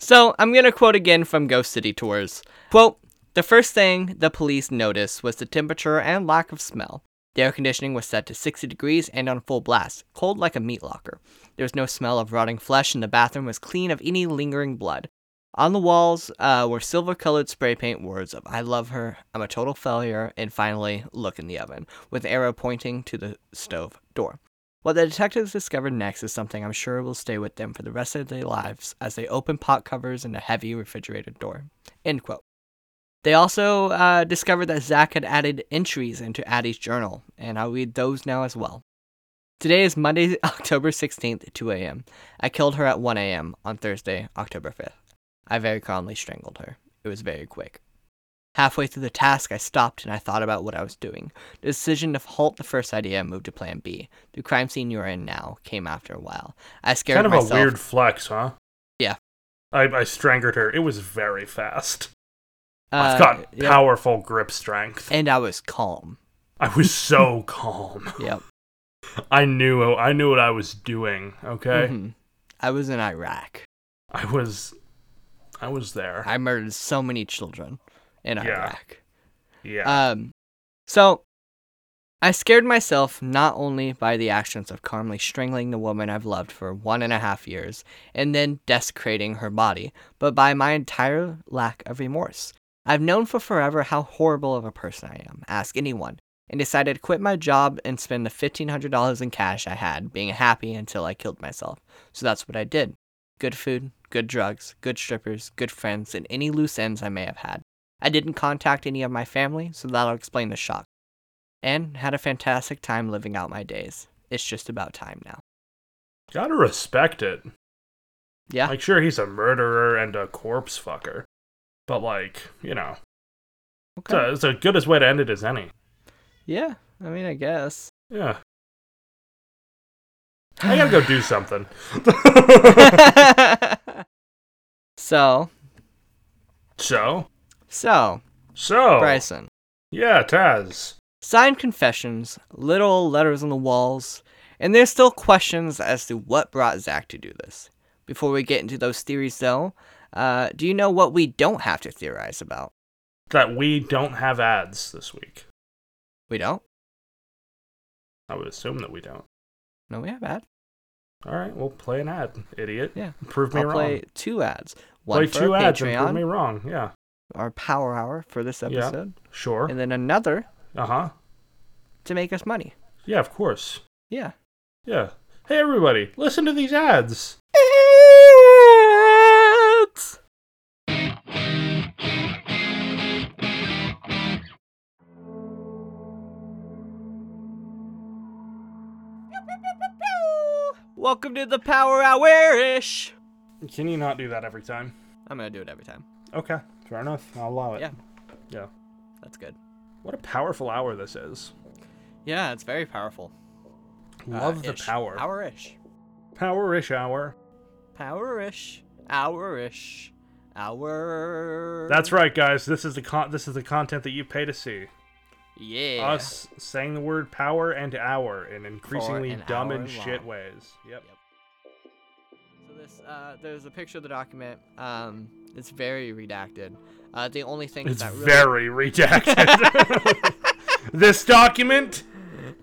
C: So I'm gonna quote again from Ghost City Tours. Quote, the first thing the police noticed was the temperature and lack of smell. The air conditioning was set to 60 degrees and on full blast, cold like a meat locker. There was no smell of rotting flesh, and the bathroom was clean of any lingering blood. On the walls uh, were silver colored spray paint words of I love her, I'm a total failure, and finally, look in the oven, with the arrow pointing to the stove door. What the detectives discovered next is something I'm sure will stay with them for the rest of their lives as they open pot covers and a heavy refrigerator door. End quote. They also uh, discovered that Zach had added entries into Addie's journal, and I'll read those now as well. Today is Monday, October 16th, at 2 a.m. I killed her at 1 a.m. on Thursday, October 5th. I very calmly strangled her. It was very quick. Halfway through the task, I stopped and I thought about what I was doing. The decision to halt the first idea moved to plan B. The crime scene you are in now came after a while. I scared
B: kind of
C: myself. uh,
B: a weird flex, huh?
C: Yeah.
B: I, I strangled her. It was very fast.
C: Uh,
B: I've got
C: yeah.
B: powerful grip strength.
C: And I was calm.
B: I was so calm.
C: Yep.
B: I knew I knew what I was doing. Okay,
C: Mhm. I was in Iraq.
B: I was, I was there.
C: I murdered so many children in
B: Yeah.
C: Iraq.
B: yeah,
C: Um, so I scared myself not only by the actions of calmly strangling the woman I've loved for one and a half years and then desecrating her body, but by my entire lack of remorse. I've known for forever how horrible of a person I am. Ask anyone. And decided to quit my job and spend the $1,500 in cash I had, being happy until I killed myself. So that's what I did. Good food, good drugs, good strippers, good friends, and any loose ends I may have had. I didn't contact any of my family, so that'll explain the shock. And had a fantastic time living out my days. It's just about time now.
B: gotta respect it.
C: Yeah.
B: Like, sure, he's a murderer and a corpse fucker, but like, you know, it's,
C: okay.
B: a, it's a good as way to end it as any.
C: yeah. I mean, I guess.
B: Yeah. I gotta go do something.
C: so,
B: so,
C: so,
B: so
C: Bryson.
B: yeah, Taz.
C: Signed confessions, little letters on the walls, and there's still questions as to what brought Zach to do this. Before we get into those theories, though, uh, do you know what we don't have to theorize about?
B: That we don't have ads this week.
C: We don't?
B: I would assume that we don't.
C: No, we have ads.
B: All right, well, play an ad, idiot.
C: Yeah.
B: Prove me
C: I'll
B: wrong.
C: play two ads. One
B: play
C: for
B: two
C: our
B: ads and prove
C: Patreon,
B: me wrong. Yeah,
C: our power hour for this
B: Yeah.
C: episode,
B: sure.
C: and then another
B: Uh huh.
C: to make us money.
B: Yeah, of course.
C: Yeah.
B: Yeah. Hey, everybody, listen to these ads.
C: Welcome to the Power Hour ish.
B: Can you not do that every time?
C: I'm gonna do it every time.
B: Okay, fair enough. I'll allow it.
C: Yeah,
B: Yeah.
C: that's good.
B: What a powerful hour this is.
C: Yeah, it's very powerful.
B: Love
C: Uh,
B: the
C: ish.
B: power.
C: Hour-ish.
B: Powerish hour.
C: Power-ish. Hour-ish. Hour.
B: That's right, guys. This is the con- this is the content that you pay to see.
C: Yeah.
B: Us saying the word power and hour in increasingly
C: an
B: dumb
C: hour
B: and shit
C: long.
B: ways. Yep.
C: So this, uh, there's a picture of the document. Um, it's very redacted. Uh, the only thing
B: It's
C: that really
B: very redacted. this document,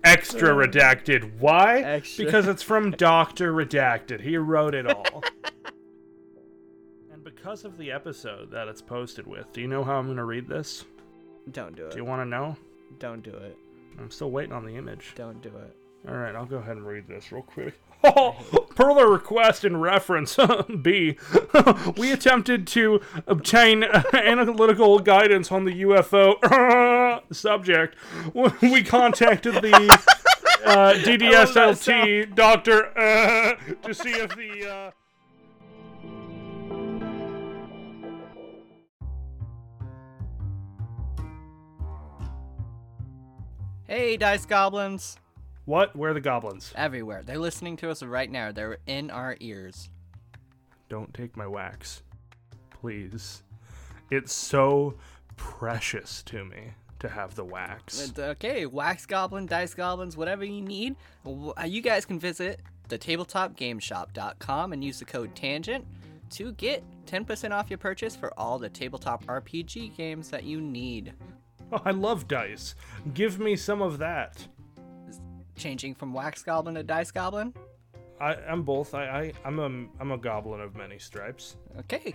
B: extra redacted. Why?
C: Uh. Extra.
B: Because it's from Doctor Redacted. He wrote it all. and because of the episode that it's posted with, do you know how I'm going to read this?
C: don't do
B: Do
C: it.
B: you want to know?
C: Don't do it.
B: I'm still waiting on the image.
C: Don't do it.
B: All right, I'll go ahead and read this real quick. Oh, per the request and reference, B, we attempted to obtain analytical guidance on the UFO subject. We contacted the uh, DDSLT doctor uh, to see if the. Uh,
C: Hey, dice goblins!
B: what? Where are the goblins?
C: Everywhere. They're listening to us right now. They're in our ears.
B: Don't take my wax. Please. It's so precious to me to have the wax.
C: And, uh, Okay, wax goblin, dice goblins, whatever you need. W- uh, You guys can visit the tabletopgameshop.com and use the code tangent to get 10% off your purchase for all the tabletop RPG games that you need.
B: Oh, I love dice. Give me some of that.
C: Changing from wax goblin to dice goblin.
B: I, I'm both. I, I I'm a I'm a goblin of many stripes.
C: Okay.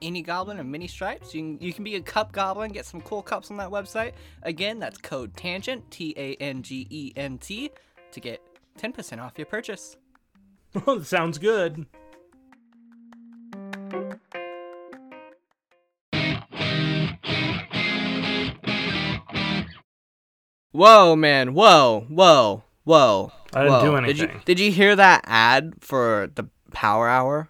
C: Any goblin and mini stripes. You can, you can be a cup goblin, get some cool cups on that website. Again, that's code tangent, T A N G E N T, to get 10% off your purchase.
B: Sounds good.
C: Whoa, man. Whoa, whoa, whoa.
B: I didn't do
C: Whoa, did you-
B: anything.
C: Did you, hear that ad for the Power Hour?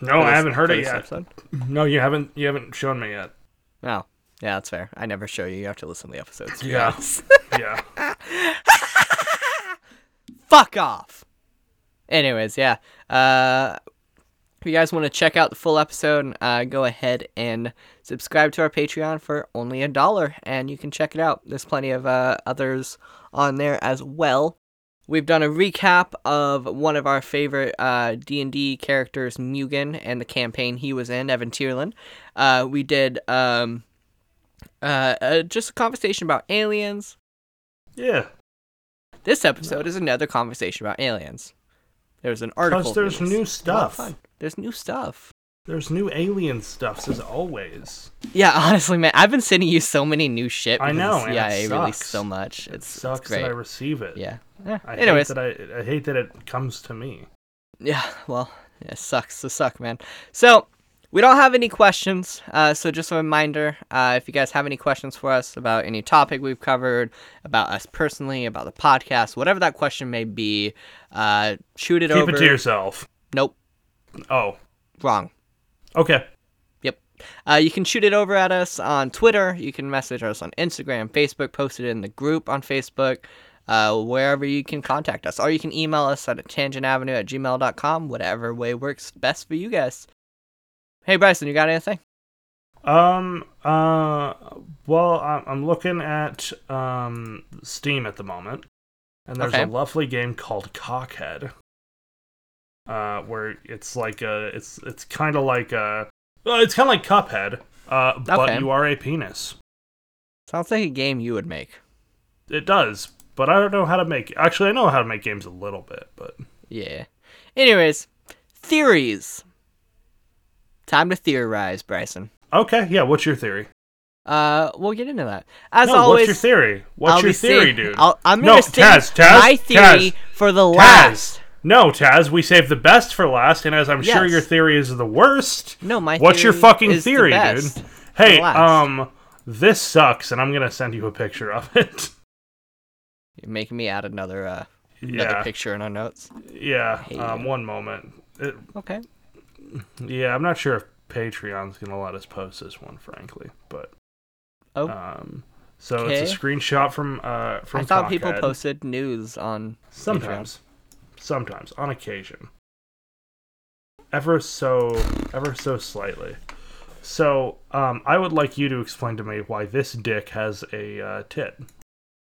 B: No,
C: for
B: Oh, I
C: this-
B: haven't heard
C: for
B: it
C: this
B: yet.
C: episode?
B: No, you haven't. You haven't shown me yet.
C: No. Yeah, that's fair. I never show you. You have to listen to the episodes. to be
B: Yeah.
C: honest.
B: yeah.
C: Fuck off. Anyways, yeah. Uh, if you guys want to check out the full episode, uh, go ahead and subscribe to our Patreon for only a dollar, and you can check it out. There's plenty of uh, others on there as well. We've done a recap of one of our favorite uh, D&D characters, Mugen, and the campaign he was in, Evan Tierlin. Uh, we did um, uh, uh, just a conversation about aliens,
B: Yeah.
C: this episode is another conversation about aliens. There's an article.
B: Because there's
C: released.
B: new
C: A lot of
B: stuff.
C: fun. There's new stuff.
B: There's new alien stuffs as always.
C: Yeah, honestly, man, I've been sending you so many new shit.
B: I
C: because
B: know,
C: the
B: and it
C: CIA released
B: sucks.
C: so much. It's, it's
B: Sucks
C: great.
B: that I receive it.
C: yeah. yeah.
B: I
C: Anyways,
B: hate that I, I hate that it comes to me.
C: yeah. Well, it sucks to suck, man. So we don't have any questions. Uh, so just a reminder, uh, if you guys have any questions for us about any topic we've covered, about us personally, about the podcast, whatever that question may be, uh, shoot it
B: Keep
C: over.
B: it to yourself.
C: Nope,
B: Oh.
C: wrong.
B: Okay.
C: Yep. Uh, you can shoot it over at us on Twitter. You can message us on Instagram, Facebook, post it in the group on Facebook, uh, wherever you can contact us. Or you can email us at tangentavenue at gmail.com, whatever way works best for you guys. Hey, Bryson, you got anything?
B: Um. Uh. Well, I- I'm looking at um Steam at the moment, and there's
C: Okay.
B: a lovely game called Cockhead. Uh, where it's like a, it's it's kind of like a, well, it's kind of like Cuphead, uh,
C: Okay.
B: but you are a penis.
C: Sounds like a game you would make.
B: It does, but I don't know how to make. Actually, I know how to make games a little bit, but
C: Yeah. Anyways, theories. Time to theorize, Bryson.
B: okay, yeah. What's your theory?
C: Uh, we'll get into that. As
B: no,
C: always,
B: what's your theory? What's
C: I'll
B: your
C: be
B: theory,
C: saying-
B: dude?
C: I'll, I'm
B: no,
C: gonna save
B: Taz, Taz,
C: my theory
B: Taz,
C: for the
B: Taz.
C: last.
B: No, Taz, we saved the best for last, and as I'm sure
C: Yes.
B: your theory is the worst.
C: No, my
B: What's your
C: theory
B: fucking
C: is the
B: theory,
C: best
B: dude? Hey,
C: last.
B: um, this sucks, and I'm gonna send you a picture of it.
C: You're making me add another uh, another
B: yeah,
C: picture in our notes.
B: yeah.
C: Hate
B: Um,
C: it.
B: one moment. It,
C: Okay.
B: yeah, I'm not sure if Patreon's gonna let us post this one, frankly, but
C: Oh.
B: um, so it's
C: Okay.
B: a screenshot from uh from
C: I thought people
B: Cockhead.
C: posted news on
B: Sometimes. Sometimes. On occasion. Ever so ever so slightly. So, um, I would like you to explain to me why this dick has a uh, tit.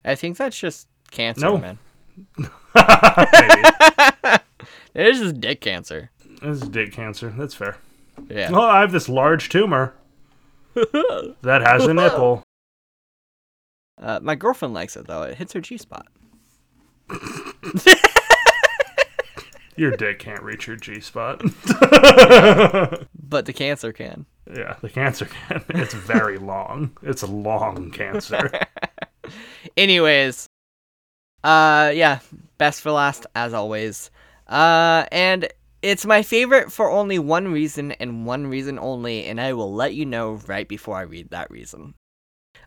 C: I think that's just cancer,
B: No.
C: man.
B: Maybe.
C: it is just dick cancer.
B: this is dick cancer. That's fair.
C: Yeah.
B: Well, I have this large tumor that has a nipple.
C: Uh, my girlfriend likes it though. It hits her G spot.
B: Your dick can't reach your G spot.
C: But the cancer can.
B: yeah, the cancer can. It's very long. It's a long cancer.
C: Anyways, uh, yeah, best for last as always. Uh, and it's my favorite for only one reason and one reason only, and I will let you know right before I read that reason.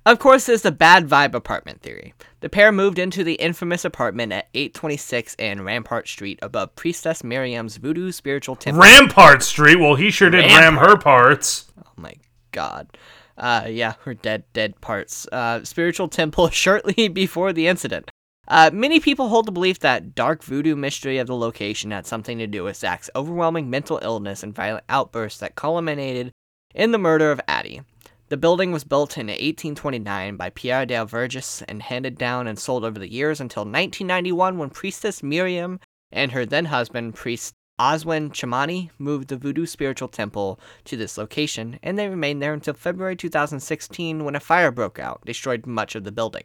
C: Of course, there's the bad vibe apartment theory. The pair moved into the infamous apartment at 826 and Rampart Street above Priestess Miriam's voodoo spiritual temple.
B: Rampart Street. Well, he sure did ram her parts.
C: Oh my god. Uh, yeah, her dead, dead parts. Uh, spiritual temple shortly before the incident. Uh, many people hold the belief that dark voodoo mystery of the location had something to do with Zach's overwhelming mental illness and violent outbursts that culminated in the murder of Addie. The building was built in 1829 by Pierre de Vergis and handed down and sold over the years until 1991 when priestess Miriam and her then husband, priest Oswin Chimani, moved the voodoo spiritual temple to this location, and they remained there until February 2016 when a fire broke out, destroyed much of the building.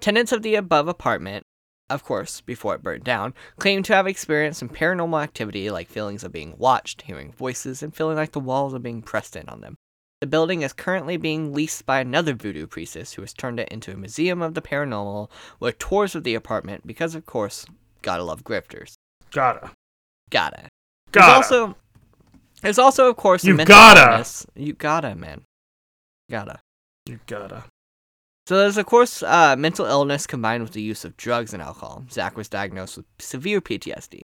C: Tenants of the above apartment, of course, before it burned down, claimed to have experienced some paranormal activity like feelings of being watched, hearing voices, and feeling like the walls are being pressed in on them. The building is currently being leased by another voodoo priestess who has turned it into a museum of the paranormal with tours of the apartment because, of course, gotta love grifters.
B: Gotta.
C: Gotta. There's
B: Gotta.
C: also, there's also, of course, the
B: You
C: mental
B: gotta.
C: illness- You gotta, man. Gotta.
B: you gotta.
C: So there's of course uh, mental illness combined with the use of drugs and alcohol. Zach was diagnosed with severe PTSD.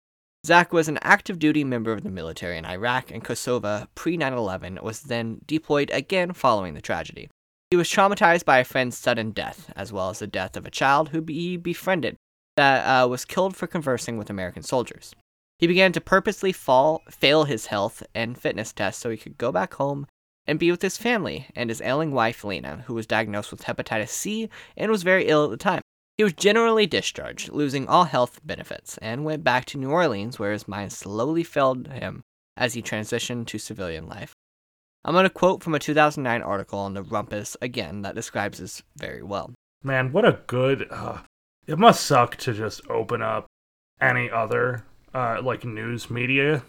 C: Zach was an active duty member of the military in Iraq and Kosovo pre 9 11, was then deployed again following the tragedy. He was traumatized by a friend's sudden death, as well as the death of a child who he befriended that uh, was killed for conversing with American soldiers. He began to purposely fall, fail his health and fitness tests so he could go back home and be with his family and his ailing wife, Lena, who was diagnosed with hepatitis C and was very ill at the time. He was generally discharged, losing all health benefits, and went back to New Orleans, where his mind slowly failed him as he transitioned to civilian life. I'm going to quote from a 2009 article on the rumpus again that describes this very well.
B: Man, what a good. Uh, it must suck to just open up any other uh, like news media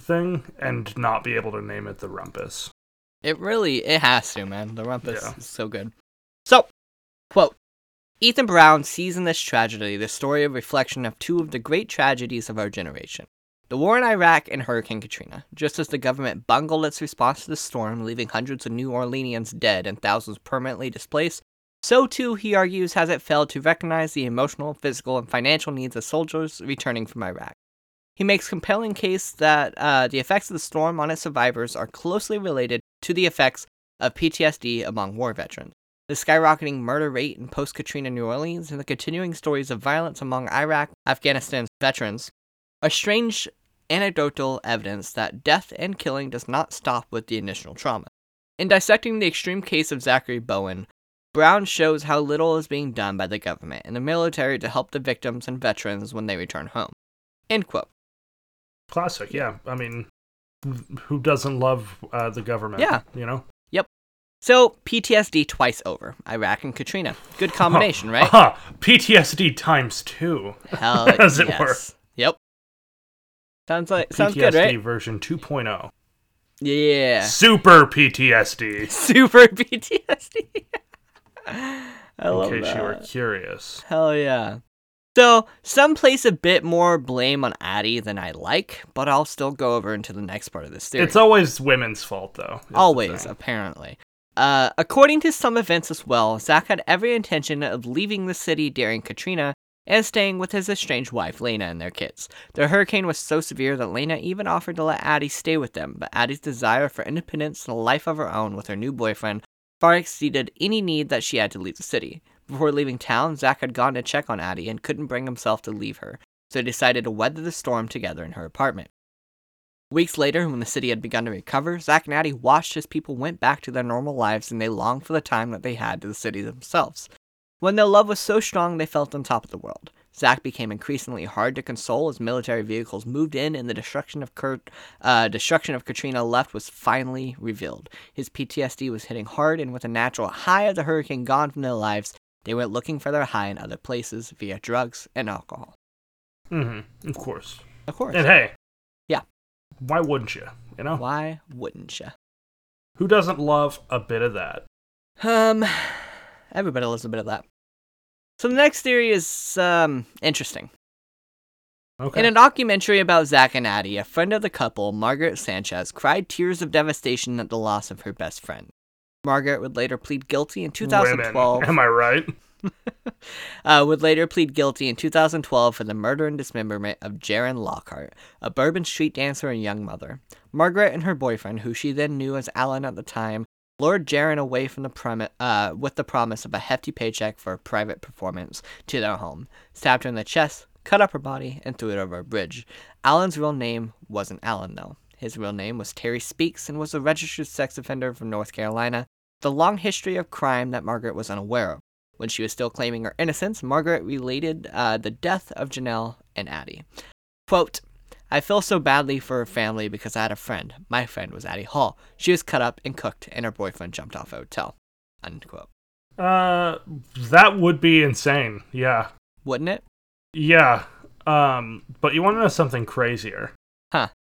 B: thing and not be able to name it the rumpus.
C: It really it has to, man. The rumpus
B: Yeah.
C: is so good. So, quote Ethan Brown sees in this tragedy the story of reflection of two of the great tragedies of our generation. The war in Iraq and Hurricane Katrina, just as the government bungled its response to the storm, leaving hundreds of New Orleanians dead and thousands permanently displaced, so too, he argues, has it failed to recognize the emotional, physical, and financial needs of soldiers returning from Iraq. He makes compelling case that uh, the effects of the storm on its survivors are closely related to the effects of PTSD among war veterans. The skyrocketing murder rate in post Katrina New Orleans and the continuing stories of violence among Iraq Afghanistan's veterans are strange anecdotal evidence that death and killing does not stop with the initial trauma. In dissecting the extreme case of Zachary Bowen, Brown shows how little is being done by the government and the military to help the victims and veterans when they return home. End quote.
B: Classic, yeah. I mean, wh- who doesn't love uh, the government?
C: Yeah.
B: You know?
C: So, PTSD twice over Iraq and Katrina.
B: Oh.
C: Good combination, right?
B: Aha! PTSD times two.
C: Hell,
B: As it
C: yes.
B: were.
C: Yep. Sounds like sounds
B: PTSD
C: good, right?
B: version 2.0.
C: Yeah.
B: Super PTSD,
C: Super PTSD. I
B: in
C: love
B: case
C: that.
B: you were curious.
C: Hell yeah. So, some place a bit more blame on Addie than I like, but I'll still go over into the next part of this theory.
B: It's always women's fault, though. is the
C: Always,
B: thing.
C: apparently. Uh, according to some events as well, Zach had every intention of leaving the city during Katrina and staying with his estranged wife, Lena, and their kids. The hurricane was so severe that Lena even offered to let Addie stay with them, but Addie's desire for independence and a life of her own with her new boyfriend far exceeded any need that she had to leave the city. Before leaving town, Zach had gone to check on Addie and couldn't bring himself to leave her, so they decided to weather the storm together in her apartment. Weeks later, when the city had begun to recover, Zack and Addie watched as people went back to their normal lives and they longed for the time that they had to the city themselves. When their love was so strong, they felt on top of the world. Zack became increasingly hard to console as military vehicles moved in and the destruction of, Kurt, uh, destruction of Katrina left was finally revealed. His PTSD was hitting hard, and with a natural high of the hurricane gone from their lives, they went looking for their high in other places via drugs and alcohol.
B: Mhm, Of course.
C: Of course.
B: And hey.
C: Yeah.
B: Why wouldn't you? You know?
C: Why wouldn't you?
B: Who doesn't love a bit of that?
C: Um, everybody loves a bit of that. So the next theory is um interesting.
B: Okay.
C: In a documentary about Zach and Addie, a friend of the couple, Margaret Sanchez, cried tears of devastation at the loss of her best friend. Margaret would later plead guilty in 2012.
B: Women. Am I right?
C: uh, would later plead guilty in 2012 for the murder and dismemberment of Jaren Lockhart, a Bourbon Street dancer and young mother. Margaret and her boyfriend, who she then knew as Alan at the time, lured Jaren away from the premi- uh, with the promise of a hefty paycheck for a private performance to their home, stabbed her in the chest, cut up her body, and threw it over a bridge. Alan's real name wasn't Alan, though. His real name was Terry Speaks and was a registered sex offender from North Carolina, the long history of crime that Margaret was unaware of. When she was still claiming her innocence, Margaret related uh, the death of Janelle and Addie. Quote, I feel so badly for her family because I had a friend. My friend was Addie Hall. She was cut up and cooked, and her boyfriend jumped off a hotel. Unquote.
B: Uh, that would be insane. Yeah.
C: Wouldn't it?
B: Yeah. Um, but you want to know something crazier?
C: Huh.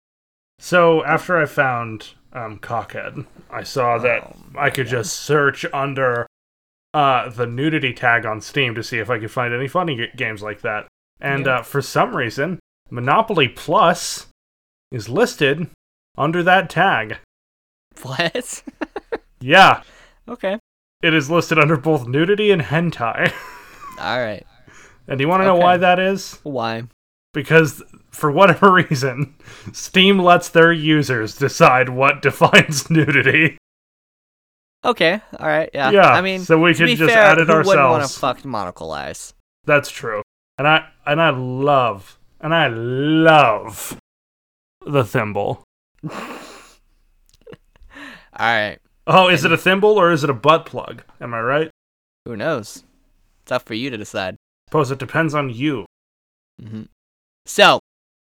B: So after I found um, Cockhead, I saw that
C: Oh,
B: I could just search under uh, the nudity tag on Steam to see if I could find any funny g- games like that. And
C: Yeah.
B: uh, for some reason, Monopoly Plus is listed under that tag.
C: What?
B: Yeah.
C: okay.
B: It is listed under both nudity and hentai.
C: All right.
B: and do you want to know
C: Okay.
B: why that is?
C: Why?
B: Because for whatever reason, Steam lets their users decide what defines nudity.
C: Okay. All right. Yeah.
B: Yeah,
C: I mean,
B: so we
C: to
B: can
C: be
B: just
C: fair,
B: add it
C: who Wouldn't want
B: ourselves.
C: to fuck monocle eyes.
B: That's true. And I and I love and I love the thimble.
C: All right.
B: Oh, is it a thimble or is it a butt plug? Am I right?
C: Who knows? It's up for you to decide.
B: Suppose it depends on you.
C: Mm-hmm. So,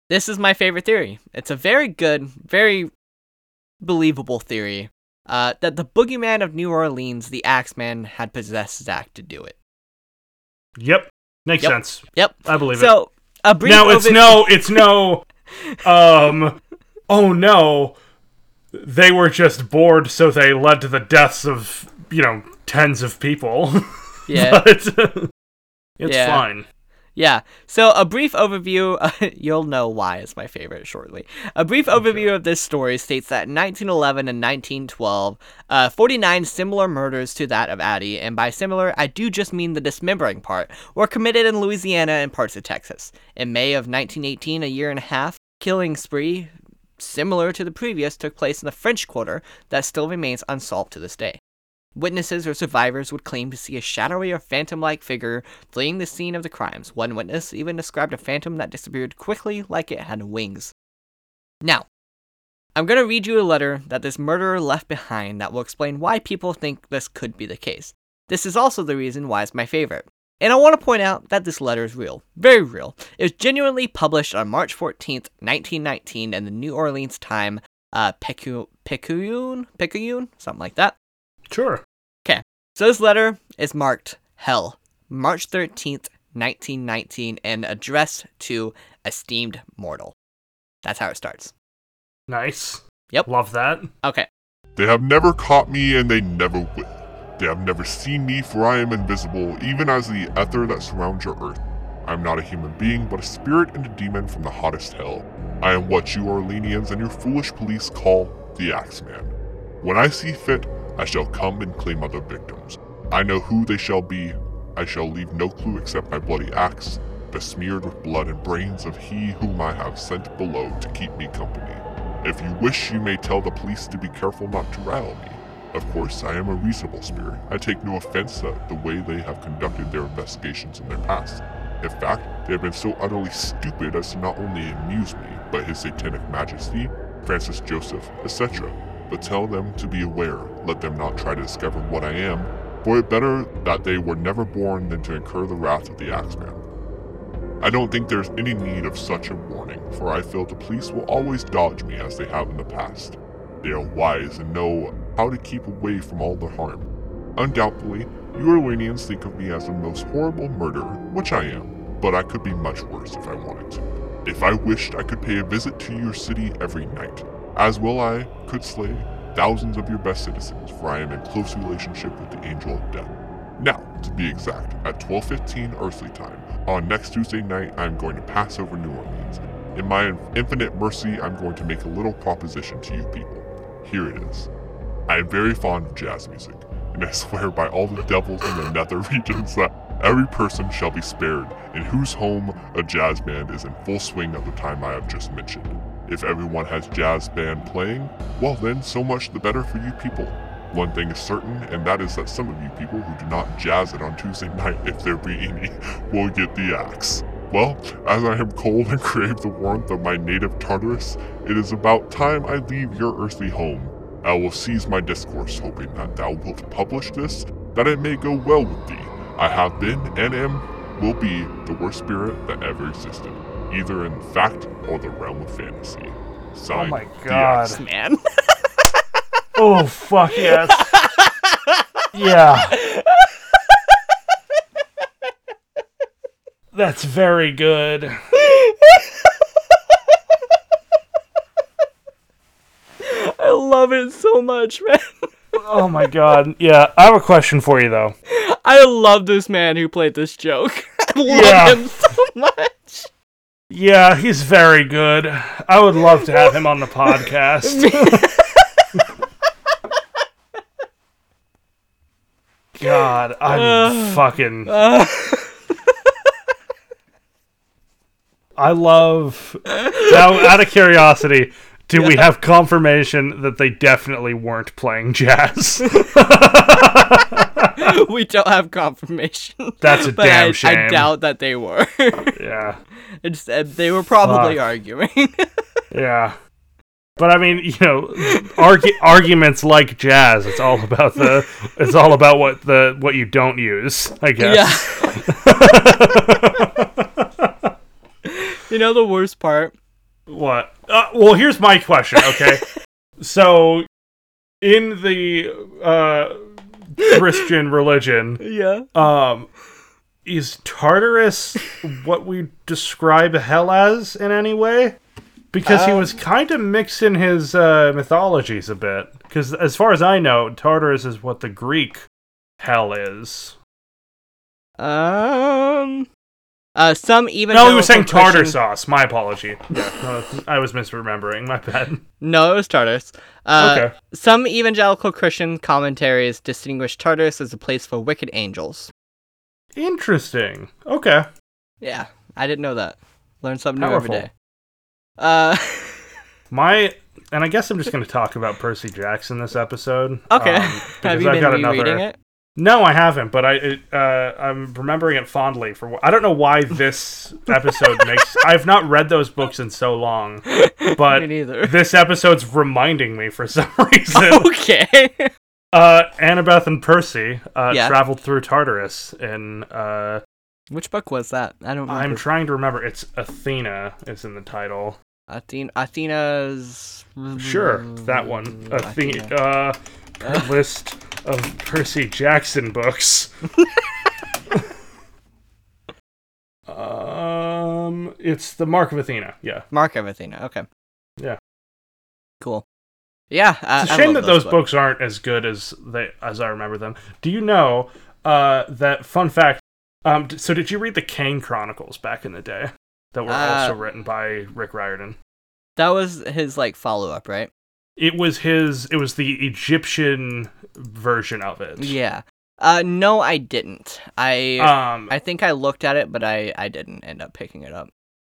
C: this is my favorite theory. It's a very good, very believable theory uh, that the boogeyman of New Orleans, the Axeman, had possessed Zack to do it.
B: Yep. Makes
C: Yep.
B: sense.
C: Yep.
B: I believe it.
C: so, a brief.
B: Now it's
C: overview-
B: no it's no um oh no they were just bored so they led to the deaths of you know tens of people.
C: Yeah.
B: But it's
C: Yeah.
B: fine.
C: Yeah. So a brief overview. you'll know why is my favorite shortly. A brief overview of this story states that in 1911 and 1912, uh, 49 similar murders to that of Addie, and by similar I do just mean the dismembering part, were committed in Louisiana and parts of Texas. In May of 1918, a year and a half killing spree similar to the previous took place in the French Quarter that still remains unsolved to this day. Witnesses or survivors would claim to see a shadowy or phantom like figure fleeing the scene of the crimes. One witness even described a phantom that disappeared quickly like it had wings. Now, I'm going to read you a letter that this murderer left behind that will explain why people think this could be the case. This is also the reason why it's my favorite. And I want to point out that this letter is real, very real. It was genuinely published on March 14th, 1919, in the New Orleans Time, uh, Pecu- Picayune, Picayune, something like that.
B: Sure.
C: So this letter is marked Hell, March 13th, 1919, and addressed to esteemed mortal. That's how it starts.
B: Nice.
C: Yep.
B: Love that.
C: Okay.
D: They have never caught me, and they never will. They have never seen me, for I am invisible, even as the ether that surrounds your earth. I am not a human being, but a spirit and a demon from the hottest hell. I am what you Orleanians and your foolish police call the Axeman. When I see fit, I shall come and claim other victims. I know who they shall be. I shall leave no clue except my bloody axe, besmeared with blood and brains of he whom I have sent below to keep me company. If you wish, you may tell the police to be careful not to rile me. Of course, I am a reasonable spirit. I take no offense at the way they have conducted their investigations in their past. In fact, they have been so utterly stupid as to not only amuse me, but his satanic majesty, Francis Joseph, etc. But tell them to be aware, let them not try to discover what I am, for it better that they were never born than to incur the wrath of the Axeman. I don't think there's any need of such a warning, for I feel the police will always dodge me as they have in the past. They are wise and know how to keep away from all the harm. Undoubtedly, you Iranians think of me as the most horrible murderer, which I am, but I could be much worse if I wanted to. If I wished, I could pay a visit to your city every night, as well I could slay thousands of your best citizens, for I am in close relationship with the Angel of Death. Now, to be exact, at 12:15 Earthly Time on next Tuesday night, I'm going to pass over New Orleans. In my infinite mercy, I'm going to make a little proposition to you people. Here it is. I am very fond of jazz music, and I swear by all the devils in the nether regions that every person shall be spared, in whose home a jazz band is in full swing at the time I have just mentioned. If everyone has jazz band playing, well then, so much the better for you people. One thing is certain, and that is that some of you people who do not jazz it on Tuesday night, if there be any, will get the axe. Well, as I am cold and crave the warmth of my native Tartarus, it is about time I leave your earthly home. I will cease my discourse, hoping that thou wilt publish this, that it may go well with thee. I have been and am, will be, the worst spirit that ever existed, either in fact or the realm of fantasy.
B: Oh
D: Signed,
B: my
D: The Axe.
B: God.
C: Man.
B: Oh fuck yes. yeah. That's very good.
C: I love it so much, man.
B: Oh my god. Yeah, I have a question for you though.
C: I love this man who played this joke. I love
B: Yeah.
C: him so much.
B: Yeah, he's very good. I would love to have him on the podcast. God, I'm fucking. I love. Now, out of curiosity, do we have confirmation that they definitely weren't playing jazz?
C: we don't have confirmation.
B: That's a
C: but
B: damn
C: I, I
B: shame.
C: doubt that they were.
B: yeah,
C: Instead, they were probably
B: Fuck.
C: arguing.
B: yeah. But I mean, you know, argu- arguments like jazz. It's all about the. It's all about what the what you don't use. I guess.
C: Yeah. you know the worst part?
B: What? Uh, well, here's my question. Okay, so in the uh, Christian religion,
C: Yeah.
B: um, is Tartarus what we describe hell as in any way? Because he
C: Um,
B: was kind of mixing his uh, mythologies a bit. Because as far as I know, Tartarus is what the Greek hell is.
C: Um. Uh, some even.
B: No, he
C: know
B: was saying
C: from Christian-
B: tartar sauce. My apology. Yeah, no, I was misremembering. My bad.
C: No, it was Tartarus. Uh,
B: Okay.
C: Some evangelical Christian commentaries distinguish Tartarus as a place for wicked angels.
B: Interesting. Okay.
C: Yeah, I didn't know that. Learn something new
B: Powerful.
C: every day. Uh,
B: My and I guess I'm just going to talk about Percy Jackson this episode.
C: okay.
B: um,
C: Have
B: because
C: you
B: I've
C: been
B: got
C: rereading
B: another-
C: it?
B: No, I haven't, but I it, uh, I'm remembering it fondly for wh- I don't know why this episode makes I've not read those books in so long, but
C: Me neither.
B: this episode's reminding me for some reason.
C: Oh. okay.
B: Uh, Annabeth and Percy uh,
C: Yeah.
B: traveled through Tartarus, and
C: Oh
B: uh,
C: Which book was that? I don't remember.
B: I'm trying to remember. It's Athena is in the title.
C: Athena, Athena's.
B: Sure, that one. A thing, uh, a list of Percy Jackson books. um, it's the Mark of Athena. Yeah,
C: Mark of Athena. Okay.
B: Yeah.
C: Cool. Yeah. I,
B: it's
C: I
B: a shame
C: love
B: that those
C: books.
B: books aren't as good as they as I remember them. Do you know? Uh, that fun fact. Um, d- so did you read the Kane Chronicles back in the day? That were
C: Uh,
B: also written by Rick Riordan.
C: That was his like follow up, right?
B: It was his. It was the Egyptian version of it.
C: Yeah. Uh, no, I didn't. I
B: Um,
C: I think I looked at it, but I I didn't end up picking it up.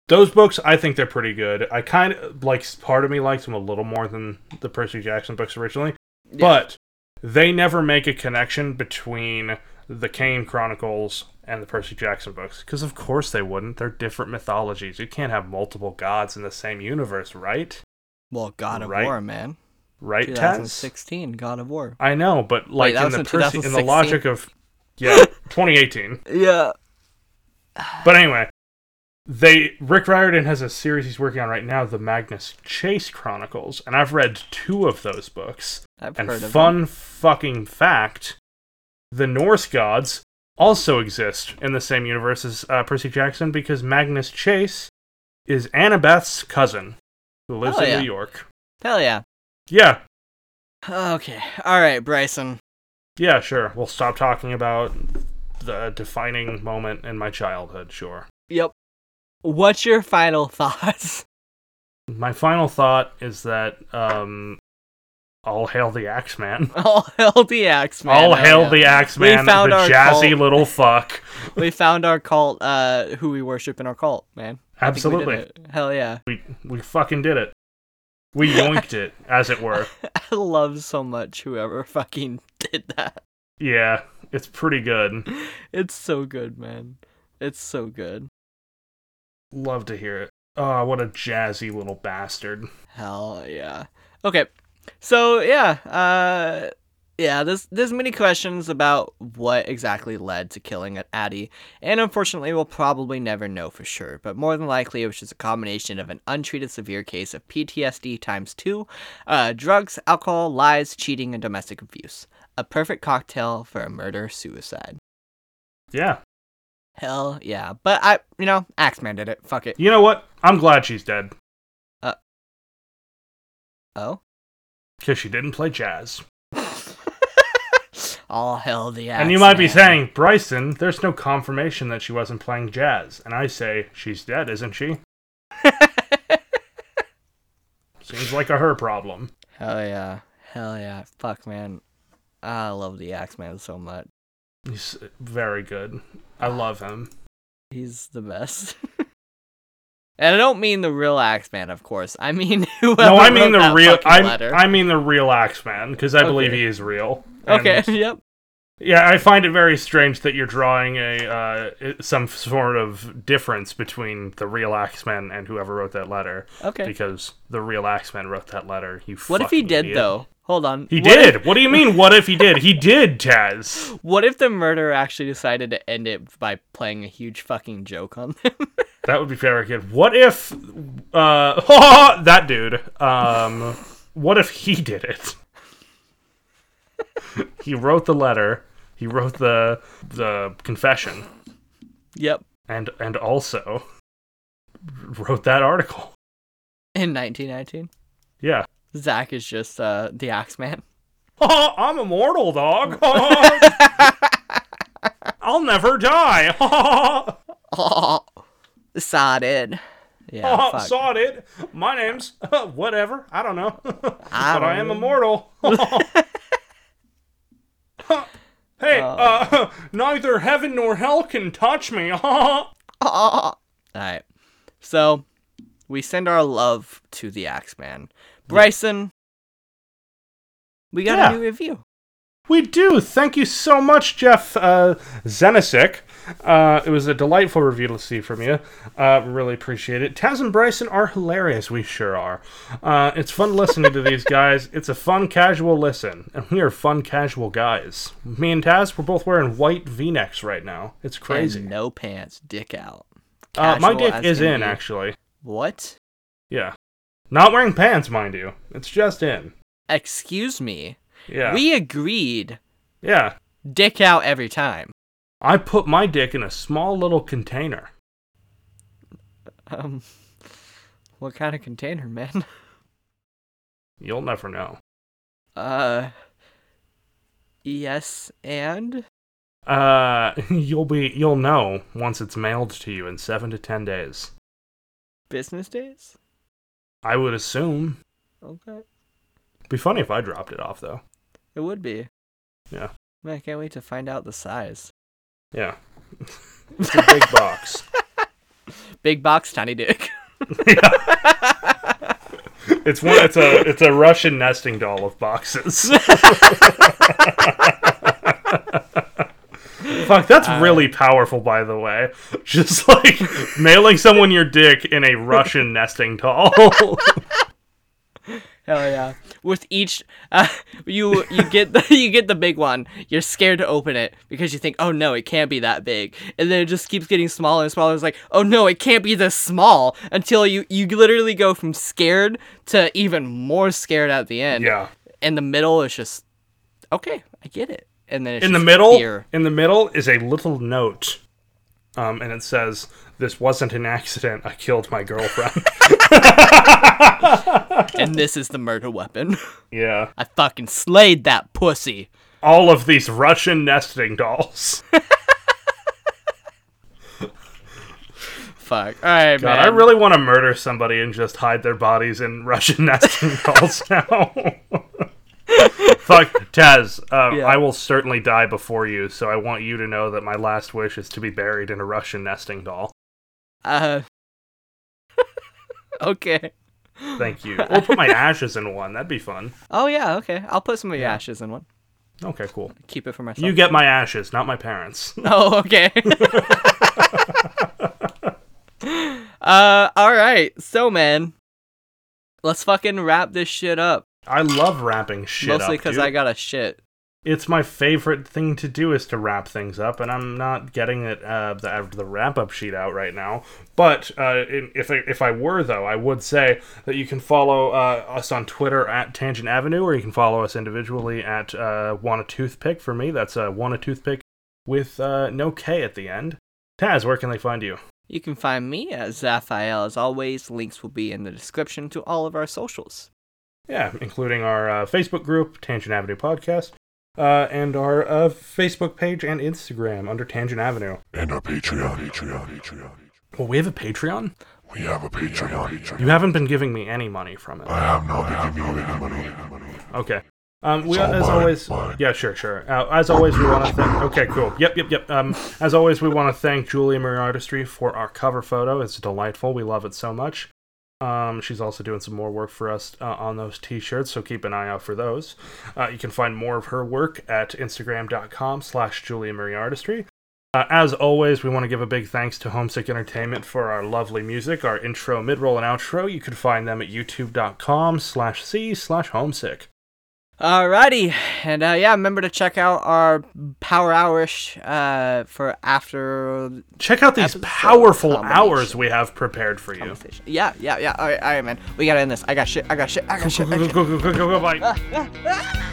B: those books i think they're pretty good i kind of like part of me likes them a little more than the percy jackson books originally but they never make a connection between the kane chronicles and the percy jackson books because of course they wouldn't they're different mythologies you can't have multiple gods in the same universe right
C: Well, God of
B: Right.
C: War, man.
B: right Taz?
C: 2016, God of War.
B: i know but like in
C: that
B: the
C: was in
B: percy in the
C: 2016?
B: logic of yeah 2018
C: Yeah.
B: But anyway, they Rick Riordan has a series he's working on right now, the Magnus Chase Chronicles, and I've read two of those books.
C: I've
B: and
C: heard of
B: fun fucking fact, the Norse gods also exist in the same universe as uh, Percy Jackson because Magnus Chase is Annabeth's cousin who lives
C: Hell
B: in
C: Oh, yeah.
B: New York.
C: Hell yeah.
B: Yeah,
C: Okay. All right, Bryson.
B: yeah, sure. We'll stop talking about the defining moment in my childhood, sure.
C: Yep. What's your final thoughts?
B: My final thought is that um, all hail the Axeman.
C: All hail the Axeman.
B: all
C: hell
B: hail
C: oh, yeah.
B: the Axeman,
C: found
B: the
C: our
B: jazzy
C: cult.
B: little fuck.
C: We found our cult, uh, who we worship in our cult, man. I think we did
B: Absolutely,
C: it. Hell yeah.
B: we, we fucking did it. We yoinked it, as it were.
C: I love so much whoever fucking did that.
B: Yeah, it's pretty good.
C: It's so good, man. It's so good.
B: Love to hear it. Oh, what a jazzy little bastard.
C: Hell yeah. Okay. So yeah, uh yeah, there's there's many questions about what exactly led to killing Addie, and unfortunately we'll probably never know for sure, but more than likely it was just a combination of an untreated severe case of PTSD times two, uh, drugs, alcohol, lies, cheating, and domestic abuse. A perfect cocktail for a murder suicide.
B: Yeah.
C: Hell yeah. But I you know, Axeman did it. Fuck it.
B: You know what? I'm glad she's dead.
C: Oh.
B: Because she didn't play jazz.
C: All hell the
B: and you might be
C: Axeman.
B: saying, Bryson, there's no confirmation that she wasn't playing jazz. And I say, she's dead, isn't she? Seems like a her problem.
C: Hell yeah. Hell yeah. Fuck, man. I love the Axeman so much.
B: He's very good. I love him.
C: He's the best. and I don't mean the real Axeman, of course. I mean whoever
B: no, I mean
C: wrote
B: the
C: that
B: real.
C: fucking
B: I
C: letter.
B: I mean the real Axeman because I believe
C: Okay.
B: he is real. And,
C: okay. Yep.
B: Yeah, I find it very strange that you're drawing a uh, some sort of difference between the real Axeman and whoever wrote that letter.
C: Okay.
B: Because the real Axeman wrote that letter. You.
C: What if he
B: fucking
C: did
B: idiot.
C: though? Hold on.
B: He
C: What if-
B: did. what do you mean? What if he did? He did, Taz.
C: what if the murderer actually decided to end it by playing a huge fucking joke on them?
B: That would be very good. What if, uh, that dude? Um, what if he did it? he wrote the letter. He wrote the the confession,
C: yep.
B: and and also wrote that article.
C: In 1919,
B: Yeah.
C: Zach is just uh, the Axeman.
B: I'm immortal, dog. I'll never die.
C: Oh, sodded. Yeah. fuck.
B: Sawed Oh, it. My name's whatever. I don't know. but
C: I
B: I
C: don't
B: am
C: know.
B: immortal. hey,
C: Oh.
B: uh, neither heaven nor hell can touch me.
C: All right. So we send our love to the Axeman. Bryson, we got
B: Yeah.
C: a new review.
B: we do. Thank you so much, Jeff uh, Zenisic. Uh, it was a delightful review to see from you. Uh, really appreciate it. Taz and Bryson are hilarious. We sure are. Uh, it's fun listening to these guys. It's a fun, casual listen. And we are fun, casual guys. Me and Taz, we're both wearing white v necks right now. It's crazy.
C: And no pants, dick out.
B: Uh, my
C: Casual
B: dick
C: as
B: is
C: can
B: in,
C: be.
B: actually.
C: What?
B: Yeah. Not wearing pants, mind you. It's just in.
C: Excuse me.
B: Yeah.
C: We agreed.
B: yeah.
C: Dick out every time.
B: I put my dick in a small little container.
C: Um, what kind of container, man?
B: You'll never know.
C: Uh, yes, and
B: Uh, you'll be you'll know once it's mailed to you in seven to ten days.
C: business days.
B: I would assume.
C: Okay,
B: Be funny if I dropped it off though.
C: it would be.
B: Yeah.
C: Man, I can't wait to find out the size.
B: Yeah. It's a big box.
C: Big box, tiny dick.
B: It's one. It's a. It's a Russian nesting doll of boxes. Fuck, that's really powerful, by the way. Just like mailing someone your dick in a Russian nesting doll.
C: Hell yeah! With each, uh, you you get the you get the big one. You're scared to open it because you think, oh no, it can't be that big, and then it just keeps getting smaller and smaller. It's like, oh no, it can't be this small until you you literally go from scared to even more scared at the end.
B: yeah.
C: And the middle is just okay. I get it. And then it's
B: In the
C: just
B: middle,
C: fear.
B: in the middle is a little note, um, and it says, "This wasn't an accident. I killed my girlfriend."
C: and this is the murder weapon.
B: yeah.
C: I fucking slayed that pussy.
B: all of these Russian nesting dolls.
C: Fuck. All right,
B: God,
C: man.
B: I really want to murder somebody and just hide their bodies in Russian nesting dolls now. Fuck, Taz, uh,
C: Yeah.
B: I will certainly die before you, so I want you to know that my last wish is to be buried in a Russian nesting doll.
C: Uh. okay.
B: Thank you. Or put my ashes in one. That'd be fun.
C: Oh yeah, okay. I'll put some of your ashes in one.
B: Okay, cool.
C: Keep it for myself.
B: You get my ashes, not my parents.
C: Oh, okay. uh, all right. So, man, let's fucking wrap this shit up.
B: I love wrapping shit
C: Mostly
B: up. Dude.
C: I got a shit.
B: it's my favorite thing to do is to wrap things up, and I'm not getting it uh, the uh, the wrap up sheet out right now. But uh, in, if I, if I were though, I would say that you can follow uh, us on Twitter at Tangent Avenue, or you can follow us individually at uh, Want a Toothpick. For me, that's uh, Want a Toothpick with uh, no K at the end. Taz, where can they find you?
C: You can find me at Zaphael as always. Links will be in the description to all of our socials.
B: Yeah, including our uh, Facebook group, Tangent Avenue Podcast, uh, and our uh, Facebook page and Instagram under Tangent Avenue.
D: And our Patreon. Patreon. Patreon.
B: Well, we have a Patreon.
D: We have a Patreon.
B: You haven't been giving me any money from it.
D: I have not been giving you any money.
B: Okay. Um, we,
D: It's all
B: as
D: mine,
B: always,
D: mine.
B: yeah, sure, sure. Uh, as always, we want to thank. Okay, cool. Yep, yep, yep. Um, as always, we want to thank Julia Marie Artistry for our cover photo. It's delightful. We love it so much. Um, she's also doing some more work for us uh, on those t-shirts, so keep an eye out for those. Uh, you can find more of her work at instagram.com slash Julia Marie Artistry. Uh, as always, we want to give a big thanks to Homesick Entertainment for our lovely music, our intro, mid-roll, and outro. You can find them at youtube.com slash c slash homesick.
C: Alrighty, and uh, yeah, remember to check out our Power Hourish uh, for after
B: Check out these
C: Episode
B: powerful
C: combination.
B: hours we have prepared for you.
C: conversation. Yeah, yeah, yeah. All right, all right, man. We gotta end this. I got shit. I got shit. I got shit. I
B: Go,
C: got
B: go,
C: shit.
B: go, go, go, go, go, bye.
C: Ah, ah.